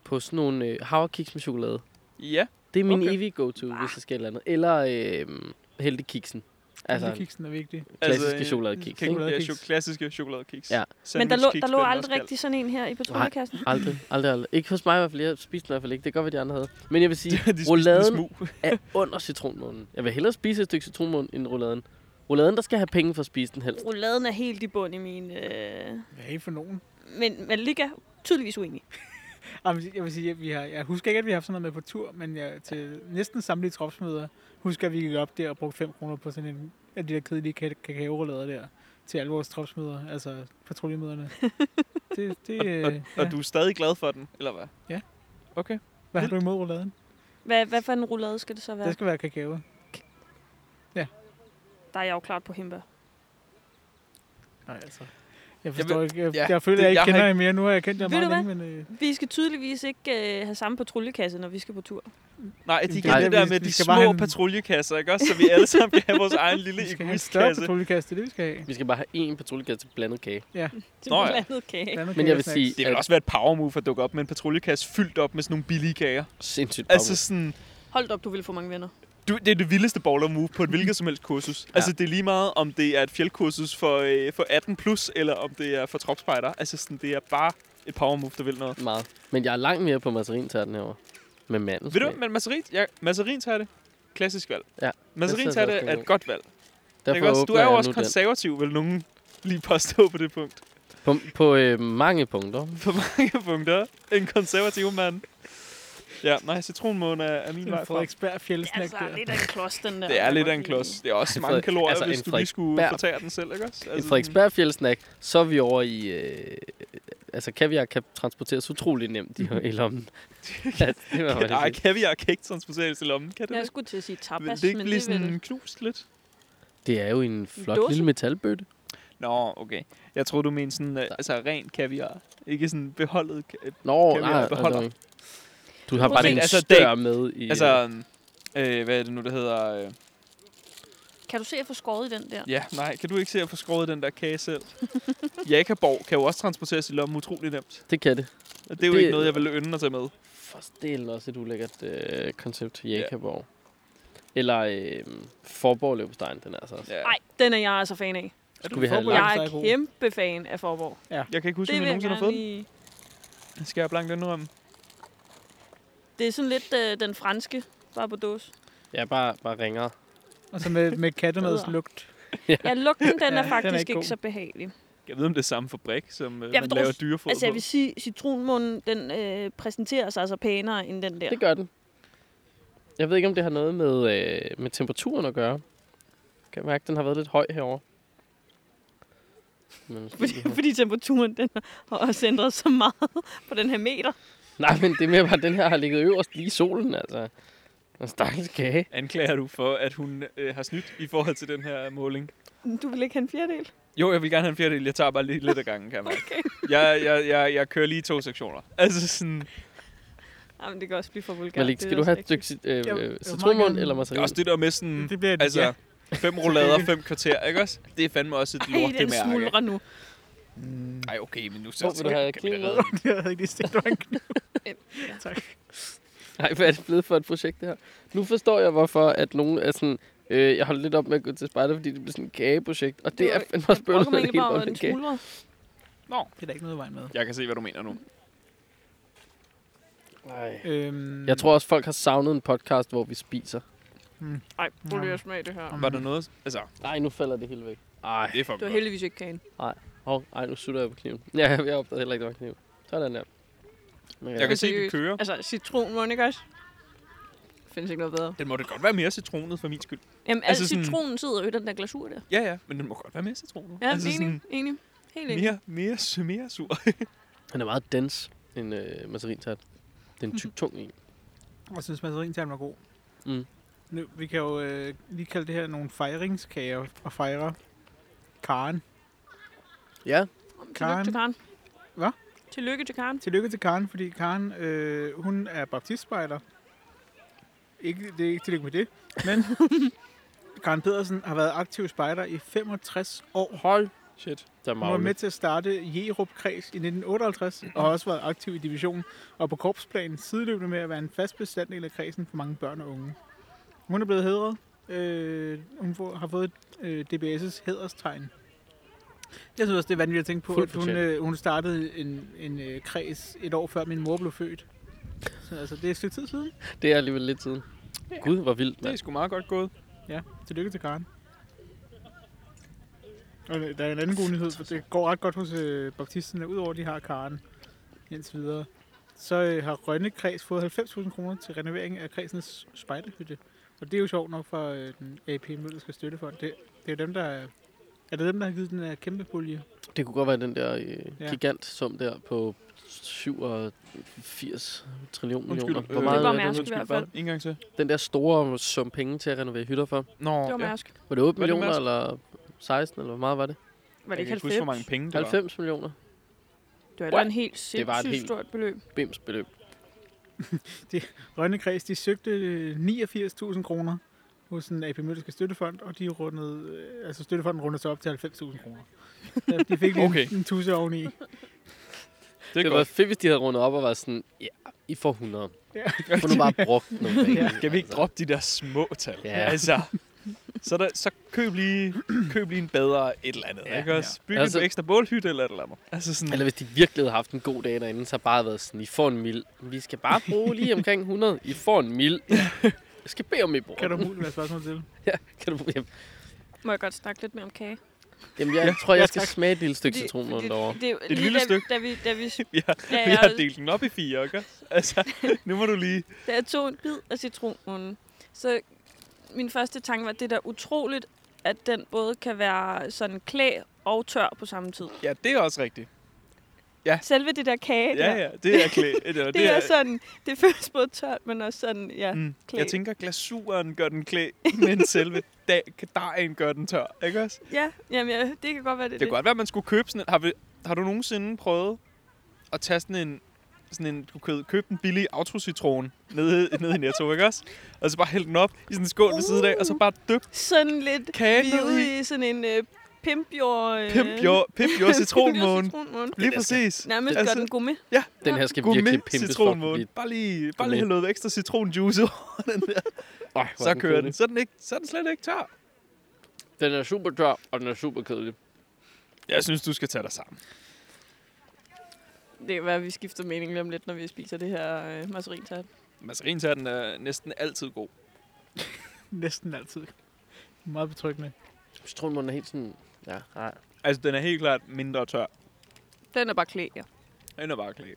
på sådan nogle øh, havrekiks med chokolade.
Ja, altså,
Det er min
Okay.
okay. evige go-to, hvis jeg skal et eller andet. Eller øh, heldigkiksen.
Altså,
Altså,
kiksen er vigtig.
klassiske
øh,
altså, chokoladekiks.
kan-
Ikke?
Ja,
Chokoladekiks.
chok- klassiske chokoladekiks.
Ja.
Men der lå, der
Sandwichkiks
lå
bliver den også
aldrig
kaldt.
rigtig sådan en her i patruljekassen.
Aldrig, aldrig, aldrig. Ikke hos mig i hvert fald. Jeg spiste den i hvert fald ikke. Det kan godt være, de andre havde. Men jeg vil sige,
De spiste den
rouladen
smug.
er under citronmånen. Jeg vil hellere spise et stykke citronmåne end rouladen. Rouladen, der skal have penge for at spise den helst.
Rouladen er helt i bund i min... Øh...
Ja, ikke for nogen.
Men Malika er tydeligvis uenig.
Jamen, jeg vil sige, at vi har, jeg husker ikke, at vi har haft sådan noget med på tur, men jeg, til næsten samtlige tropsmøder husker, at vi gik op der og brugte 5 kroner på sådan en af de der kedelige ka- kakaorelader der til alle vores tropsmøder, altså patruljemøderne. det, det, øh, ja.
Og du er stadig glad for den, eller hvad?
Ja.
Okay.
Hvad har du imod rouladen?
Hvad, hvad for en roulade skal det så
Ja.
være?
Det skal være kakao.
Der er jeg jo klart på himba.
Nej, altså. Jeg forstår
ved-
ikke. Jeg,
ja,
jeg føler,
det-
at jeg ikke
jeg har
kender jer
ikke-
mere. Nu har jeg kendt jer
Ved
meget
du
længe, men øh,
Vi skal tydeligvis ikke øh, have samme patruljekasse, når vi skal på tur.
Nej, de kan
Nej,
det der
vi-
med
vi
de
skal bare have
små
en-
patruljekasser, ikke også? Så vi alle sammen kan have vores egen lille
vi skal have en større
egoistkasse.
patruljekasse. Det er det, vi skal have.
Vi skal bare have én patruljekasse til blandet kage.
Det
Nå
er
ja.
blandet kage.
Blandet
Men jeg vil
kagesnacks.
sige-
Det vil også være et power move at dukke op med en patruljekasse fyldt op med sådan nogle billige kager.
Sindssygt
Altså
altså,
sådan,
Hold da op, du vil få mange venner.
du, det er det vildeste baller move på et
Mhm.
hvilket som helst kursus. Altså det er lige meget, om det er et fjeldkursus for, øh, for 18+, plus, eller om det er for tropspejder. Altså sådan, det er bare et power move, der vil noget.
meget. Men jeg er langt mere på mazarintærten herovre. Med mandel.
Ved du, men masserin, ja, masserin tager det. Klassisk valg.
Ja.
Masserin
Det synes
tager
jeg også
det
er
er
god.
et godt valg.
Derfor
Ikke også? Du er jo
jeg
også
nu den.
konservativ, vil nogen lige påstå på det punkt.
På, på øh, mange punkter.
På mange punkter. En konservativ mand. Ja, nej, citronmåne er, er min vej
En
frem.
Frederiksberg
Det er
fjeldsnak
altså
der.
lidt af en klods, den der.
Det er
Jeg
lidt
kan
af en
godt lide
klods. Det er også mange
Frederik-
kalorier,
altså
altså hvis
en
du lige skulle
Frederiksberg-
fortære den selv, ikke også?
I
Altså,
Frederiksberg Fjeldsnak, så er vi over i... Øh, altså, kaviar kan transporteres utrolig nemt i, i lommen. altså, det var
sådan- Ej,
faktisk...
kaviar kan ikke transporteres i lommen, kan det?
det. Jeg
det?
skulle til at sige
Vil
tapas,
det ikke
men
blive
det er
sådan
vel...
knust lidt?
Det er jo en flot
dåse.
lille metalbøtte.
Nå, okay. Jeg tror du mente sådan, øh, altså ren kaviar. Ikke sådan beholdet ka-
Nå,
Kaviar
nej,
beholder.
altså, Du har bare
Prøv at
en
se, altså,
altså,
det er
stør med i... øh,
Altså, øh, hvad er det nu, det hedder? Øh,
Kan du se at få skåret i den der?
ja, nej, kan du ikke se at få skåret den der kage selv? Jakaborg kan jo også transporteres i lommen utrolig nemt.
det kan det.
Og det er jo det...
Det-
ikke noget, jeg ville ynde at tage med.
For delen også et ulækkert øh, koncept, Jakaborg. Eller øh, Forborg Løbestein, den er altså også.
Ja.
Nej, den er jeg altså fan af.
Er
Skulle vi have
forberedt?
Langt,
Jeg
så er
er
god.
kæmpe fan af Forborg.
Jeg kan ikke huske,
Det
om
vil
jeg
jeg
nogensinde har fået
gerne
den.
lige...
Skal jeg blankt indrømme?
Det er sådan lidt øh, den franske, bare på dås.
Ja, bare, bare ringer.
Og så med, med kattemads
Bedre.
lugt.
Ja, lugten, den
Ja,
er
den er
faktisk
ikke
ikke,
god.
så behagelig.
Jeg ved, om det er samme fabrik, som øh, man
Jeg vil dog
laver
s-
dyrefod
Altså,
på.
jeg vil sige, citronmunden, den øh, præsenterer sig altså pænere end den der.
Ja. Det gør den. Jeg ved ikke, om det har noget med, øh, med temperaturen at gøre. Jeg kan mærke, at den har været lidt høj herovre. Men måske
Fordi,
lige her.
fordi temperaturen, den har også ændret så meget på den her meter.
Nej, men det er mere bare, at den her har ligget øverst lige i solen, altså. En stakkels kage.
Anklager du for, at hun øh, har snydt i forhold til den her måling?
Du vil ikke have en fjerdedel?
Jo, jeg vil gerne have en fjerdedel. Jeg tager bare lige lidt af gangen, kan jeg mærke. Jeg, jeg, jeg, jeg kører lige to sektioner. Altså sådan...
Jamen, det kan også blive for vulgært.
Malik,
det er
skal du
også
have et
rigtigt.
stykke ci- øh,
Jeg vil- jeg
øh,
vil meget
citronmund
gerne-
eller
Det er
masserin?
også det der med sådan...
Det bliver et
Altså,
ja.
fem rullader, fem kvarter, ikke også? Det er fandme også et lort,
Ej,
det
den
mærke.
smuldrer nu.
Ej, okay, men nu så...
Hvor vil du have
kan vi da
kniven
redde den.
med?
Det havde jeg ikke lige set, du var en kniv. Tak.
Nej, hvad er det blevet for et projekt, det her? Nu forstår jeg, hvorfor at nogen er sådan... Øh, jeg holdt lidt op med at gå til spejder, fordi det blev sådan et kageprojekt. Og det,
var-
er fandme også
Jeg
bøvlet
brokker
med
mig
en helt
egentlig bare over, at den
ordentlig kage.
smuldrer.
Det er der ikke noget i vejen med.
Jeg kan se, hvad du mener nu.
Nej.
Øhm,
Jeg tror også, folk har savnet en podcast, hvor vi spiser.
Ej, prøv lige at smage det her.
Var der noget... Altså,
Nej, nu falder det hele væk. Ej.
det er for
Du har heldigvis ikke kagen.
Hov, ej, nu sutter jeg på kniven. Ja, jeg opdagede heller ikke, det var kniv. Sådan der. Men
Jeg kan
kan...
se, den
Seriøst.
kører.
Altså, citronmund, ikke også? Findes ikke noget bedre.
Den må det godt være mere citronet for min skyld.
Jamen,
Altså
altså,
sådan-
citronen sidder jo i den der glasur der.
Ja, ja, men den må godt være mere citronet.
Ja, altså enig, enig. Helt enig.
mere, mere, sø- mere sur.
Han er meget dens, en øh, masserintat. Det er en tyk tung en.
Jeg synes, masserinternen var god.
Mm.
Nu, vi kan jo øh, lige kalde det her nogle fejringskager og fejre Karen.
Ja,
Tillykke
Karen.
til Karen.
Hvad?
Tillykke til Karen.
Tillykke til Karen, fordi Karen, øh, hun er baptistspejder. Ikke, det er ikke tillykke med det, men Karen Pedersen har været aktiv spejder i 65 år.
hold.
Shit.
Der er
Hun var med
magle.
til at starte Jerup Kreds i 1958, og har også været aktiv i divisionen, og på korpsplanen sideløbende med at være en fast bestanddel af kredsen for mange børn og unge. Hun er blevet hedret. Øh, hun får, har fået øh, DBS' hæderstegn. Jeg synes også, det er vanvittigt at tænke på,
Fuldt
at hun,
fortjent.
øh, hun startede en, en øh, kreds et år før min mor blev født. Så altså, det er et stykke tid siden.
Det er alligevel lidt siden. Gud, hvor vildt,
Det er
mand.
sgu meget godt gået.
Ja, tillykke til Karen. Og der er en anden god nyhed, for det går ret godt hos øh, baptisterne, udover at de har Karen indtil videre. Så øh, har Rønne Kreds fået 90.000 kroner til renovering af kredsens spejderhytte. Og det er jo sjovt nok for øh, den AP Møllerske Støttefond. Det, det er dem, der er, er det dem, der har givet den her kæmpe pulje.
Det kunne godt være den der øh,
Ja.
gigantsum der på 87 trillion millioner.
Undskyld.
Hvor
øh,
meget
var
er
Mærsk i
Undskyld.
hvert fald.
hvad? En gang til.
Den der store sum penge til at renovere hytter for.
Nå,
Det var
ja.
Mærsk.
Var det 8
Var det
millioner,
Mærsk?
eller 16, eller hvor meget var det?
Var
Jeg
det ikke
kan
90?
ikke huske, hvor mange penge det var.
90 millioner.
Det var da en helt
Det var et helt-
sindssygt helt... stort beløb.
Bims beløb.
Rønne Kreds, de søgte øh, 89.000 kroner hos den AP Møllerske Støttefond, og de rundede, øh, altså støttefonden rundede sig op til 90.000 kroner. Så De fik lige
Okay.
okay. en, en tusse oveni.
Det er
Det var
godt.
fedt, hvis de havde rundet op og var sådan, ja, I får 100.
Ja.
Få nu bare brugt nogle penge. altså.
Ja.
Kan vi ikke droppe de der små tal?
Ja.
Altså, så, der, så køb, lige, køb lige en bedre et eller andet,
Ja,
ikke også? Byg
Altså-
altså, en ekstra bålhytte eller et eller andet. Altså sådan,
Eller hvis de virkelig havde haft en god dag derinde, så bare været sådan, I får en mil. Vi skal bare bruge lige omkring 100. I får en mil. Jeg skal bede om, I bruger
Kan der
den.
muligt være spørgsmål til?
Ja, kan du bruge?
Må jeg godt snakke lidt mere om kage?
Jamen, jeg tror, jeg skal
tak.
smage et lille stykke
Fordi-
citronmåne
fordi
derovre.
Det er jo
et
lige
lille
da,
stykke.
Da vi, da, vi,
Vi har,
Ja,
vi
jeg
har
er-
delt den op i fire, ikke? Altså, nu må du lige...
da jeg tog en bid af citronmånen, så min første tanke var, at det er da utroligt, at den både kan være sådan klæ og tør på samme tid.
Ja, det er også rigtigt.
Selve det der kage
Ja,
der,
ja, det er klæ. Eller,
det, er, sådan, det føles både tørt, men også sådan, ja, mm.
Mm.
klæ.
Jeg tænker, glasuren gør den klæ, men selve dag, dejen gør den tør, ikke også?
Ja, jamen, ja, det kan godt være, det
Det
er
kan godt være, at man skulle købe sådan en... Har, vi, har du nogensinde prøvet at tage sådan en... Sådan en du købe, købe den billige autocitron nede, nede i Netto, ikke også? Og så bare hælde den op i sådan en skål ved siden af, og så bare dyppe
Sådan lidt,
Kage
vi
ned
er ude
i.
i sådan en øh, pimpjord... Øh,
pimp your, pimp your citronmåne.
citronmåne.
Lige præcis.
Nærmest
Altså-
gør den gourmet.
Den her skal virkelig pimpes for at
Gourmet-citronmåne.
blive...
Bare lige, bare
Gourmet.
lige hælde noget ekstra citronjuice over den der.
Øj, hvor er
Så kører
kedelig.
den. Så er den, ikke, så er den slet ikke tør.
Den er super tør, og den er super kedelig.
Jeg synes, du skal tage dig sammen.
Det kan være, at vi skifter mening lige om lidt, når vi spiser det her øh, masserintat.
Masserin tager den er næsten altid god.
Næsten altid. Meget betryggende.
Citronmånen er helt sådan... Ja, nej.
Altså, den er helt klart mindre tør
Den er bare klæ, ja.
end at bare klæ.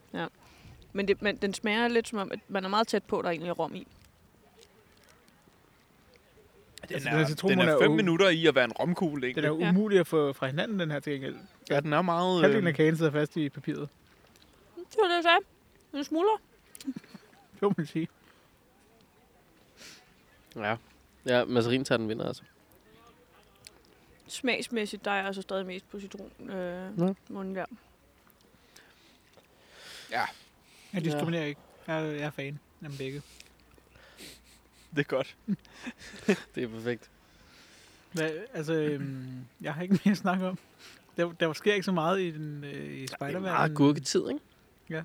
Men, det, men den smager lidt som om, at man er meget tæt på, at der egentlig er rom i.
Den
Altså,
er,
den her
den
citronmåne
er
er
fem
jo-
minutter i at være en romkugle,
Den
ikke?
er jo
Ja.
umulig at få fra hinanden, den her til gengæld.
ja, den er meget...
Halvdelen af
Øh,
kagen sidder fast i papiret.
Det var det, jeg sagde. Den smuldrer.
Det må man sige.
Ja. Ja, masserin tager den vinder, altså.
Smagsmæssigt, der er jeg altså stadig mest på citron. Øh,
Nå.
ja. munden der.
Jeg diskriminerer ikke. Jeg, er- jeg er fan af dem begge.
det er godt.
Det er perfekt.
Hvad, altså, øhm, jeg har ikke mere at snakke om. Der, der sker ikke så meget i, den, øh, i
Det er
Spider-Man.
meget gurketid, ikke?
Ja.
Det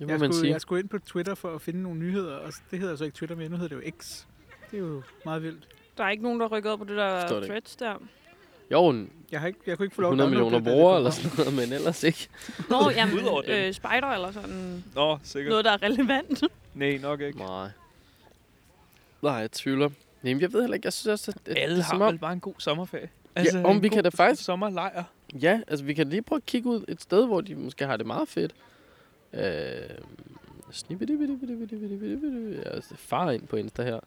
må man
jeg, skulle,
sige.
jeg skulle ind på Twitter for at finde nogle nyheder, og s- det hedder så ikke Twitter mere, nu hedder det jo X. Det er jo meget vildt.
Der er ikke nogen, der rykker op på det der
Forstår det ikke.
threads der.
Jo, en
Jeg, har ikke, jeg kunne ikke få lov
100
at downloade
millioner
det, da det
brugere
kom
eller
frem.
sådan noget, men ellers ikke.
Nå,
Udover
jamen,
dem.
øh, spider eller sådan
Nå, sikkert.
noget, der er relevant.
Nej, nok ikke.
Nej. Nej, jeg tvivler. Jamen, jeg ved heller ikke. Jeg synes også,
Øh,
at... at det
Alle
er
har
som om-
vel bare en god sommerferie. Altså,
om
en
vi kan
god
da faktisk-
Sommerlejr.
Ja, altså vi kan lige prøve at kigge ud et sted, hvor de måske har det meget fedt. Øh, snippidi-bidi-bidi-bidi-bidi-bidi-bidi. Jeg er far ind på Insta her.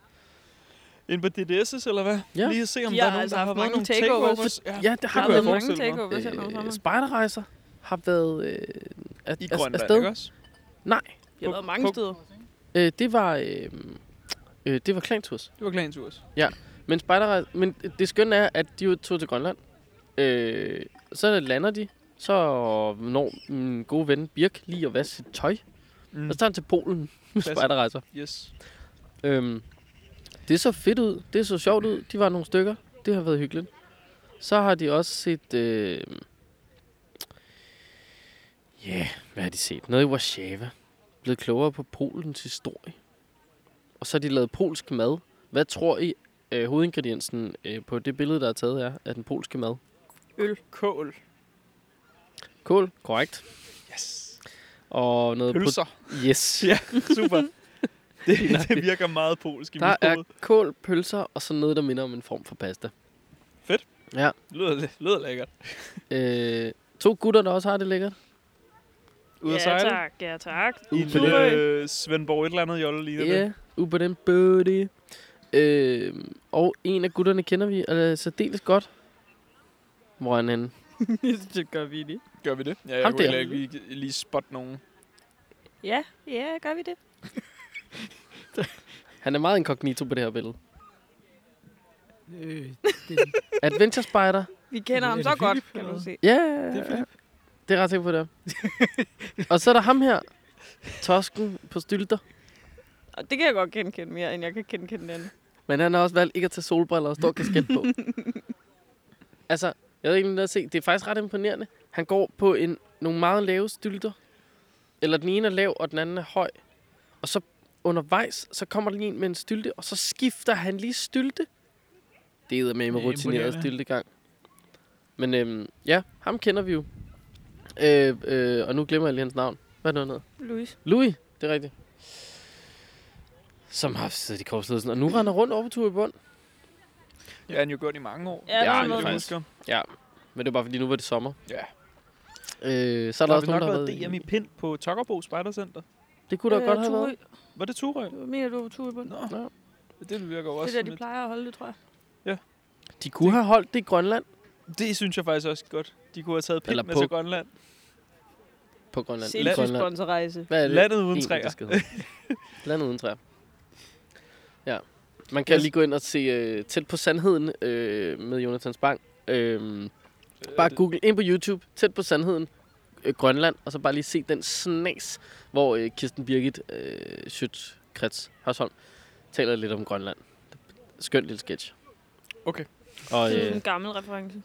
Ind på DDS' eller hvad?
Ja.
Lige at se, om
De
der er
har
nogen,
altså
der har
haft
været
mange
nogle
takeovers.
takeovers. Ja.
Ja, det
Der
har vi
har
kunne jeg
været.
været mange
forestille mig.
takeovers her
Øh,
øh,
Spejderrejser har været... Øh, at,
I Grønland,
afsted.
ikke også?
Nej,
Vi har
på-
været mange
på-
steder.
øh, det var... Øh, øh, det var Klanturs.
Det var Glanturs.
Men, spejderrejser, men det skønne er, at de jo tog til Grønland. Øh, så lander de. Så når min gode ven Birk lige at vaske sit tøj.
Mm.
Og så tager han til Polen med
Klasse.
spejderrejser.
Yes.
Øhm, det så fedt ud. Det så sjovt ud. De var nogle stykker. Det har været hyggeligt. Så har de også set... Øh... Ja, yeah, hvad har de set? Noget i Warszawa. Blevet klogere på Polens historie. Og så har de lavet polsk mad. Hvad tror I, øh, hovedingrediensen øh, på det billede, der er taget er af den polske mad?
Øl. Kål.
Kål, korrekt.
Yes.
Og noget...
Pølser.
Pro- yes.
Ja. Super. Det, det virker meget polsk i
Der
mit
er
hoved.
kål, pølser og sådan noget, der minder om en form for pasta.
Lyder, læ- lyder lækkert.
Øh, to gutter, der også har det lækkert.
Ud at
Ja
sejle.
tak, ja tak.
I en
Ude på
lille
den-
øh, Svendborg et eller andet jolle ligner
Ja,
det.
yeah, ude på den booty. Øh, og en af gutterne kender vi øh, særdeles godt. Hvor er han henne?
det gør vi det.
Gør vi det? Ja, jeg
Ham
kunne
der.
heller ikke lige, lige spotte nogen.
Ja, ja, gør vi det.
Han er meget inkognito på det her billede.
Øh, det,
Adventure Spider.
Vi kender
Er
ham
det
så godt,
Philip,
kan
eller
du
hvad?
se.
Ja, yeah,
det er Philip.
det er jeg ret sikker på det. er. og så er der ham her. Tosken på stylter.
Og det kan jeg godt genkende mere, end jeg kan genkende den.
Men han har også valgt ikke at tage solbriller og stor kasket på. altså, jeg ved ikke, om I har set. Det er faktisk ret imponerende. Han går på en, nogle meget lave stylter. Eller den ene er lav, og den anden er høj. Og så undervejs, så kommer der lige en med en stylte, og så skifter han lige stylte. Det er med med
Det er
rutineret
imponerende.
styltegang. Men øhm, ja, ham kender vi jo. Øh, øh, og nu glemmer jeg lige hans navn. Hvad er det, han hedder?
Louise.
Louis, det er rigtigt. Som har siddet i korsledelsen, og nu render rundt over på tur i bund.
Ja, han har jo gjort i mange år.
Ja, det har han
det
været.
faktisk. Ja, Men det er bare fordi, nu var det sommer.
Ja.
Øh, så er
Der har
der
vi
også nogen,
nok
der har
været
været...
DM i pind på Tokkerbo Spejdercenter.
Det kunne da godt have været.
været.
Var det Turø?
Du Øh, mener, du var tur i bunden?
Nå,
Ja.
det virker jo også
Det er
sådan
der, de
lidt-
plejer at holde det, tror jeg.
De kunne have holdt det i Grønland.
Det synes jeg faktisk også godt. De kunne have taget pind
Eller
med
på-
til Grønland.
På Grønland. I
Sindssygt
Grønland.
sponsorrejse.
Hvad er det?
Landet uden
egentlig,
træer.
det skal hedde? Landet uden træer. Ja. Man kan
Yes.
lige gå ind og se uh, Tæt på Sandheden uh, med Jonathan Spang. Uh, bare
Øh, det-
google ind på YouTube, Tæt på Sandheden, øh, Grønland, og så bare lige se den snas, hvor øh, Kirsten Birgit øh, Schütz Krets Hørsholm taler lidt om Grønland. Skøn lille sketch.
Okay.
Og,
Det er
øh,
en gammel reference.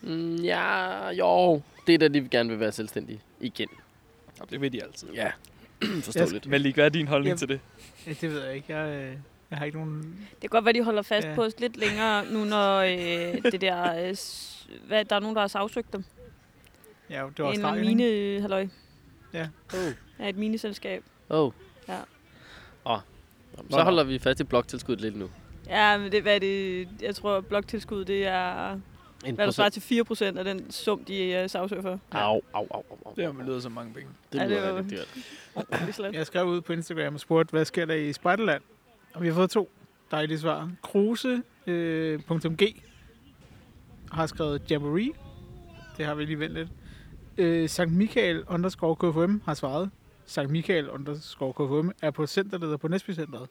mm, ja, jo, det er da, de gerne vil være selvstændige igen.
Nå, Det ved de altid.
Ja, forståeligt.
Malik, hvad er din holdning
Jamen.
til det?
Ja, det ved jeg ikke. Jeg, øh, jeg har ikke nogen...
Det kan godt være, de holder fast
Ja.
på os lidt længere nu, når øh, det der... Øh, s- hvad, der er nogen, der har sagsøgt dem.
Ja, det var
En eller
Australien,
anden
mine...
mine, øh, halløj.
Åh.
Ja, et mineselskab.
Oh.
Ja.
Åh. Jamen,
Nå,
Så
nå.
holder vi fast i bloktilskuddet lidt nu.
Ja, men det, hvad er det, jeg tror, bloktilskud, det er,
En
hvad der svarer til 4% af den sum, de øh, sagsøger for.
Au, au, au, au, au.
Det har man lyder som mange penge.
Det
Ja, det
lyder
var-
rigtig dyrt.
Island.
Jeg skrev ud på Instagram og spurgte, hvad sker der i Spejderland? Og vi har fået to dejlige svar. Kruse.g øh, punktum G har skrevet Jamboree. Det har vi lige vendt lidt. Øh, Sankt Michael underscore KFM har svaret. Sankt Michael underscore KFM er på centerleder på Næsby Centeret.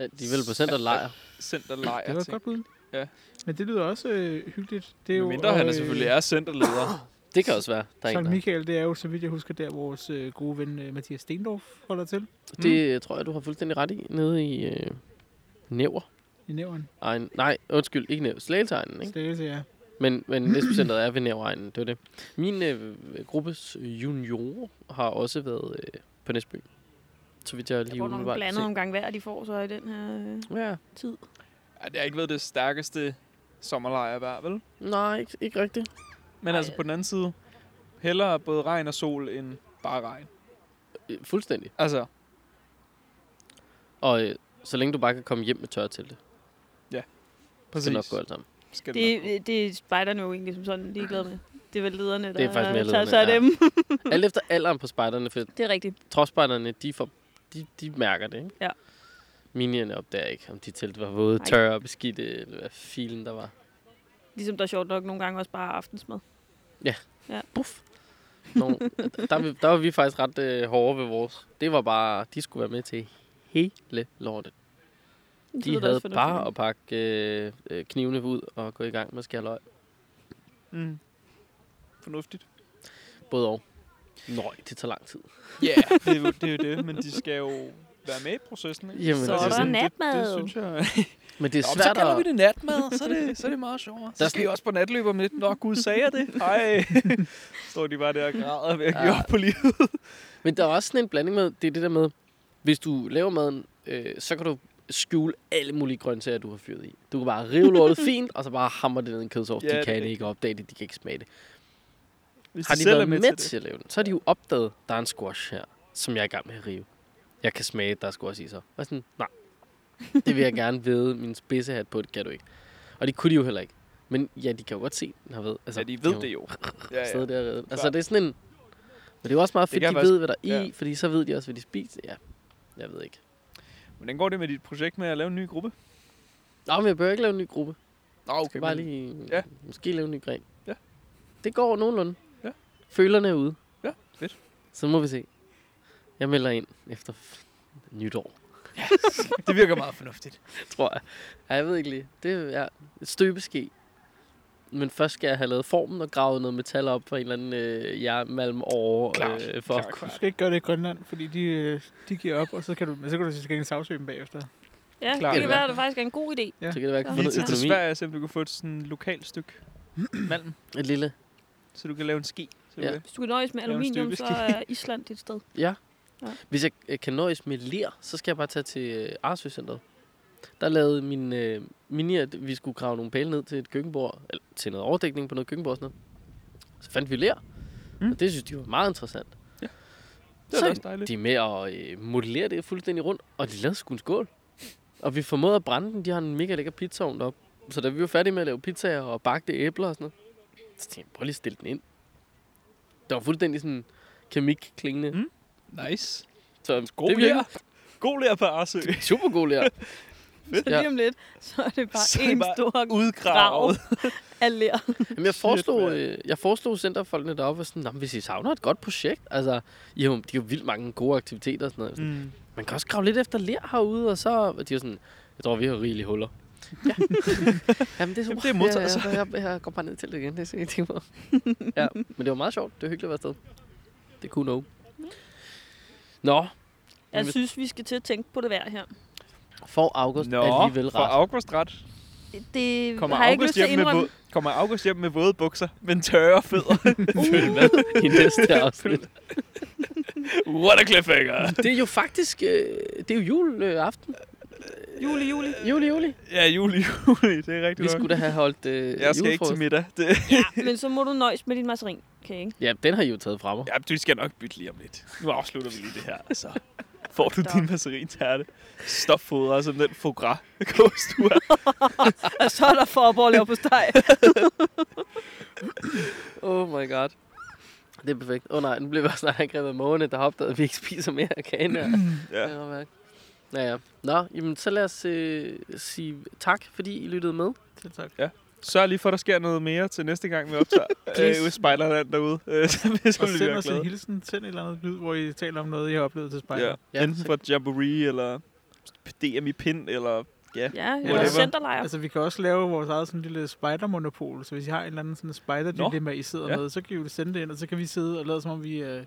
Ja, de vil på center lejr.
Centerlejr.
Det var et godt bud.
Ja.
Men det lyder også øh, hyggeligt. Det er
Men
jo,
mindre han er
øh,
selvfølgelig er centerleder.
Det kan også være. Der er en,
Sankt
der.
Michael, det er jo, så vidt jeg husker, der vores øh, gode ven øh, Mathias Stendorf holder til
Det mm. tror jeg, du har fuldstændig ret i. Nede i øh, Næver.
i nævren.
Egen, nej, undskyld, ikke Næver. Slageltegnen, ikke?
Stægelse, ja.
Men, men Næstbecenteret er ved Næveregnen, det var det. Min øh, gruppes junior har også været øh, på Næstby. Så vidt jeg
Jeg
lige
får nogle
umiddelbart kan
blandet omgang hver, de får så i den her øh,
se. Ja,
tid.
Ja, det har ikke været det stærkeste sommerlejr værd, vel?
nej, ikke, ikke rigtigt.
Men
Ej.
altså på den anden side, hellere både regn og sol end bare regn.
Øh, Fuldstændig.
Altså,
Og øh, så længe du bare kan komme hjem med tørre til det,
præcis.
skal nok gå alt sammen.
Skal det nok gå.
Det, det er spejderne jo egentlig som sådan ligeglade med. Det er vel lederne, der
Det er faktisk mere
tager sig af
lederne,
dem.
Alt efter alderen på spejderne, for
det er rigtigt.
tropspejderne, de, får, de, de mærker det, ikke?
Ja.
Minierne opdager ikke, om de telt var våde,
Nej.
tørre og beskidte, eller hvad filen der var.
Ligesom der er sjovt nok nogle gange også bare aftensmad.
Buff. Nå, der, vi- der var vi faktisk ret øh, hårde ved vores. Det var bare, de skulle være med til hele lortet.
Det lyder
De
da
havde
også fornuftigt.
bare at pakke øh, øh, knivene ud og gå i gang med at skære løg.
Mm. Fornuftigt.
Både og. Nøj, det tager lang tid.
Ja, yeah. det, er jo- det er jo det, men de skal jo være med i processen, ikke?
Jamen, det
Så er
er
der
altså, sådan-
natmad.
Det, det synes jeg...
Men det er
Nå, men så
svært
kalder vi
at...
det natmad, så er det, så er det meget sjovere.
Der
Så skal I også på natløb om lidt. Nå, gud, sagde jeg det? Ej. Står de bare der og græder ved at give
Ja.
op på livet.
Men der er også sådan en blanding med, det er det der med, hvis du laver maden, øh, så kan du skjule alle mulige grøntsager, du har fyret i. Du kan bare rive lortet fint, og så bare hamre det ned i en kødsovs.
Ja, det
Ja, de
er
kan det
rigtigt.
ikke opdage det, de kan ikke smage det.
Hvis
Har de
selv er
været med, med
det.
til at lave den, så har de jo opdaget, der er en squash her, som jeg er i gang med at rive. Jeg kan smage, der er squash i sig. Og sådan, nej, det vil jeg gerne vide. Min spidsehat på, det kan du ikke. Og det kunne de jo heller ikke. Men ja, de kan jo godt se, den har ved. Altså,
Ja, de ved det jo. Ja,
Ja, ja.
ja.
Der og reddet. Altså,
Klart.
det er sådan en... Men det er jo også meget
kan
fedt, de
jeg faktisk-
ved, hvad der er i,
ja.
fordi så ved de også, hvad de spiser. Ja, jeg ved ikke.
Hvordan går det med dit projekt med at lave en ny gruppe?
Nå, men jeg behøver ikke lave en ny gruppe.
Nå,
Okay, bare lige,
Ja.
ja. måske lave en ny gren.
Ja.
Det går nogenlunde.
Ja.
Følerne er ude.
Ja, fedt.
Så må vi se. Jeg melder ind efter f- nytår,
Det virker meget fornuftigt.
tror jeg. Ja, jeg ved ikke lige. Det er et støbeske. Men først skal jeg have lavet formen og gravet noget metal op fra en eller anden øh, jernmalm over.
Klart,
øh, for at
klart,
kunne-
Du skal ikke gøre det i Grønland, fordi de, øh, de giver op, og så kan du, men så kan du til gengæld sagsøge dem bagefter.
Ja,
Klart, ja.
det kan være, at det faktisk er en god idé.
Ja.
Så kan det være, at jeg kan få
Lige
noget
til til
økonomi.
Sverige, så du kan få et sådan lokalt stykke malm,
Et lille
så du kan lave en ski. Så du
Ja.
kan-
Hvis du kan nøjes med
Lave en
aluminium, så
støbeske.
er Island dit sted.
Hvis jeg øh, kan nøjes med ler, så skal jeg bare tage til øh, Arsøcenteret. Der lavede min øh, mini, at vi skulle grave nogle pæle ned til et køkkenbord, eller til noget overdækning på noget køkkenbord og sådan noget. Så fandt vi ler,
Mm.
mm. og det synes de var meget interessant.
Ja. Det er
så
da også dejligt.
de er med at øh, modellere det fuldstændig rundt, og de lavede sgu en skål. Og vi formåede at brænde den, de har en mega lækker pizzaovn deroppe. Så da vi var færdige med at lave pizzaer og bagte æbler og sådan noget, Så tænkte jeg, prøv lige at stille den ind. Det var fuldstændig sådan kemik klingende.
Mm.
Mm.
Nice.
Så
God lærer. God lærer på Arsø.
Super god lærer.
Så lige
Ja.
om lidt, så er det bare
Så er det
en
bare
stor grav
Udgravet.
af lær.
Jamen, jeg
Shit,
foreslog,
mand.
øh, jeg foreslog centerfolkene deroppe, var sådan, "Nå, men hvis I savner et godt projekt, altså, I har jo, de har jo vildt mange gode aktiviteter og sådan noget. Mm.
Mm.
Man kan også grave lidt efter ler herude, og så, og de er sådan, jeg tror, vi har rigeligt huller. Ja. Jamen, det er altså.
Jamen,
super.
det er modtaget, så.
Jeg, jeg, jeg, går bare ned til det igen, det er jeg tænker på. ja, men det var meget sjovt. Det var hyggeligt at være afsted. Det kunne noget. Nå,
Jeg
hvis-
synes, vi skal til at tænke på det vejr her.
for august Nå,
Nå,
alligevel
for
ret.
August ret.
Det
Kommer
har jeg ikke lyst
August,
til at
hjem med
indrømme.
våd, kommer August hjem med våde bukser, men tørre fødder.
I næste afsnit.
What a cliffhanger.
Det er jo faktisk, øh, det er jo øh, juleaften.
Juli, juli.
Juli, juli.
Ja, juli, juli. Det er
Vi
rigtigt nok.
skulle da have holdt øh,
Jeg skal ikke til
julefrokost.
middag. Det,
Ja, men så må du nøjes med din masserin, kan jeg ikke?
Ja, den har I jo taget fra mig.
ja, du skal nok bytte lige om lidt. Nu afslutter vi lige det her. altså. Så får du
Da.
din masserintærte. Stopfodret som den foie gras kost, du er.
Og så er der for at lave på steg.
Oh my god. Det er perfekt. Åh oh, nej, nu bliver vi også snart angrebet af måne, der har opdaget, at vi ikke spiser mere af kagen her. Det
Ja.
kan jeg godt mærke. Ja, ja. Nå, jamen, så lad os øh, sige tak, fordi I lyttede med.
Selv tak.
Sørg lige for, at der sker noget mere til næste gang, vi optager øh,
Please.
ude spejlerland derude. Øh, så vil så
Og
vil vi
send
være
os en
glade.
hilsen, send et eller andet lyd, hvor I taler om noget, I har oplevet til spejder.
Ja.
Ja,
Enten fra Jamboree, eller DM i pind, eller
Ja,
Whatever.
eller centerlejr.
Altså, vi kan også lave vores eget sådan lille spider-monopol, så hvis I har en eller anden sådan spider-dilemma, I sidder
Ja.
ja. med, så kan I jo sende det ind, og så kan vi sidde og lade som om, vi er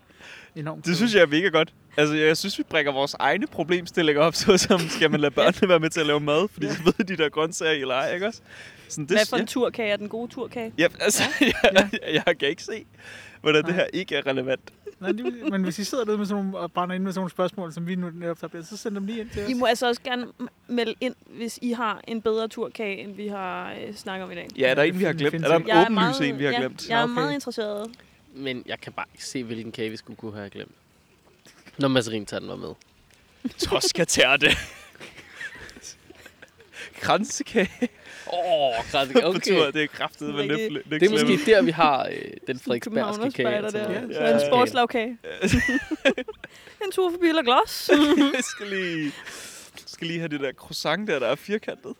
enormt
Det synes jeg er mega godt. Altså, jeg synes, vi bringer vores egne problemstillinger op, såsom, skal man lade børnene være med til at lave mad, fordi så ved de der grøntsager eller ej, ikke også? Sådan, det,
Hvad for en turkage er den gode turkage?
ja, ja, altså, jeg, jeg, kan ikke se, hvordan det
Nej.
her ikke er relevant.
Nej, det, men hvis I sidder derude med sådan nogle, og brænder ind med sådan nogle spørgsmål, som vi nu netop har så send dem lige ind til os.
I må altså også gerne m- melde ind, hvis I har en bedre turkage, end vi har øh, snakket om i dag.
Ja, er der
det
en, vi har
fin-
glemt?
findes
Er der en
ikke.
Jeg er
åbenlys en, vi har
ja,
glemt?
Jeg er
Nå, okay.
meget interesseret.
Men jeg kan bare ikke se, hvilken kage vi skulle kunne have glemt. Når masserintatten var med.
Tosca tærte. Kransekage
Åh, oh,
okay. på tur,
okay.
det er kraftet med
Rigtig-
løb, løb,
Det er måske der, vi har øh, den frederiksbergske
Københavners
kage. altså.
spejder der.
Ja.
Ja.
Så en sportslagkage. en tur forbi eller glas.
Jeg skal lige, skal lige have det der croissant der, der er firkantet.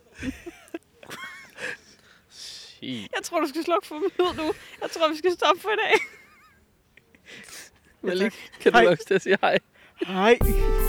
Shit.
Jeg tror, du skal slukke for mig nu. Jeg tror, vi skal stoppe for i dag.
Malik, Kan du
Hej.
lukke til at sige hej?
Hej!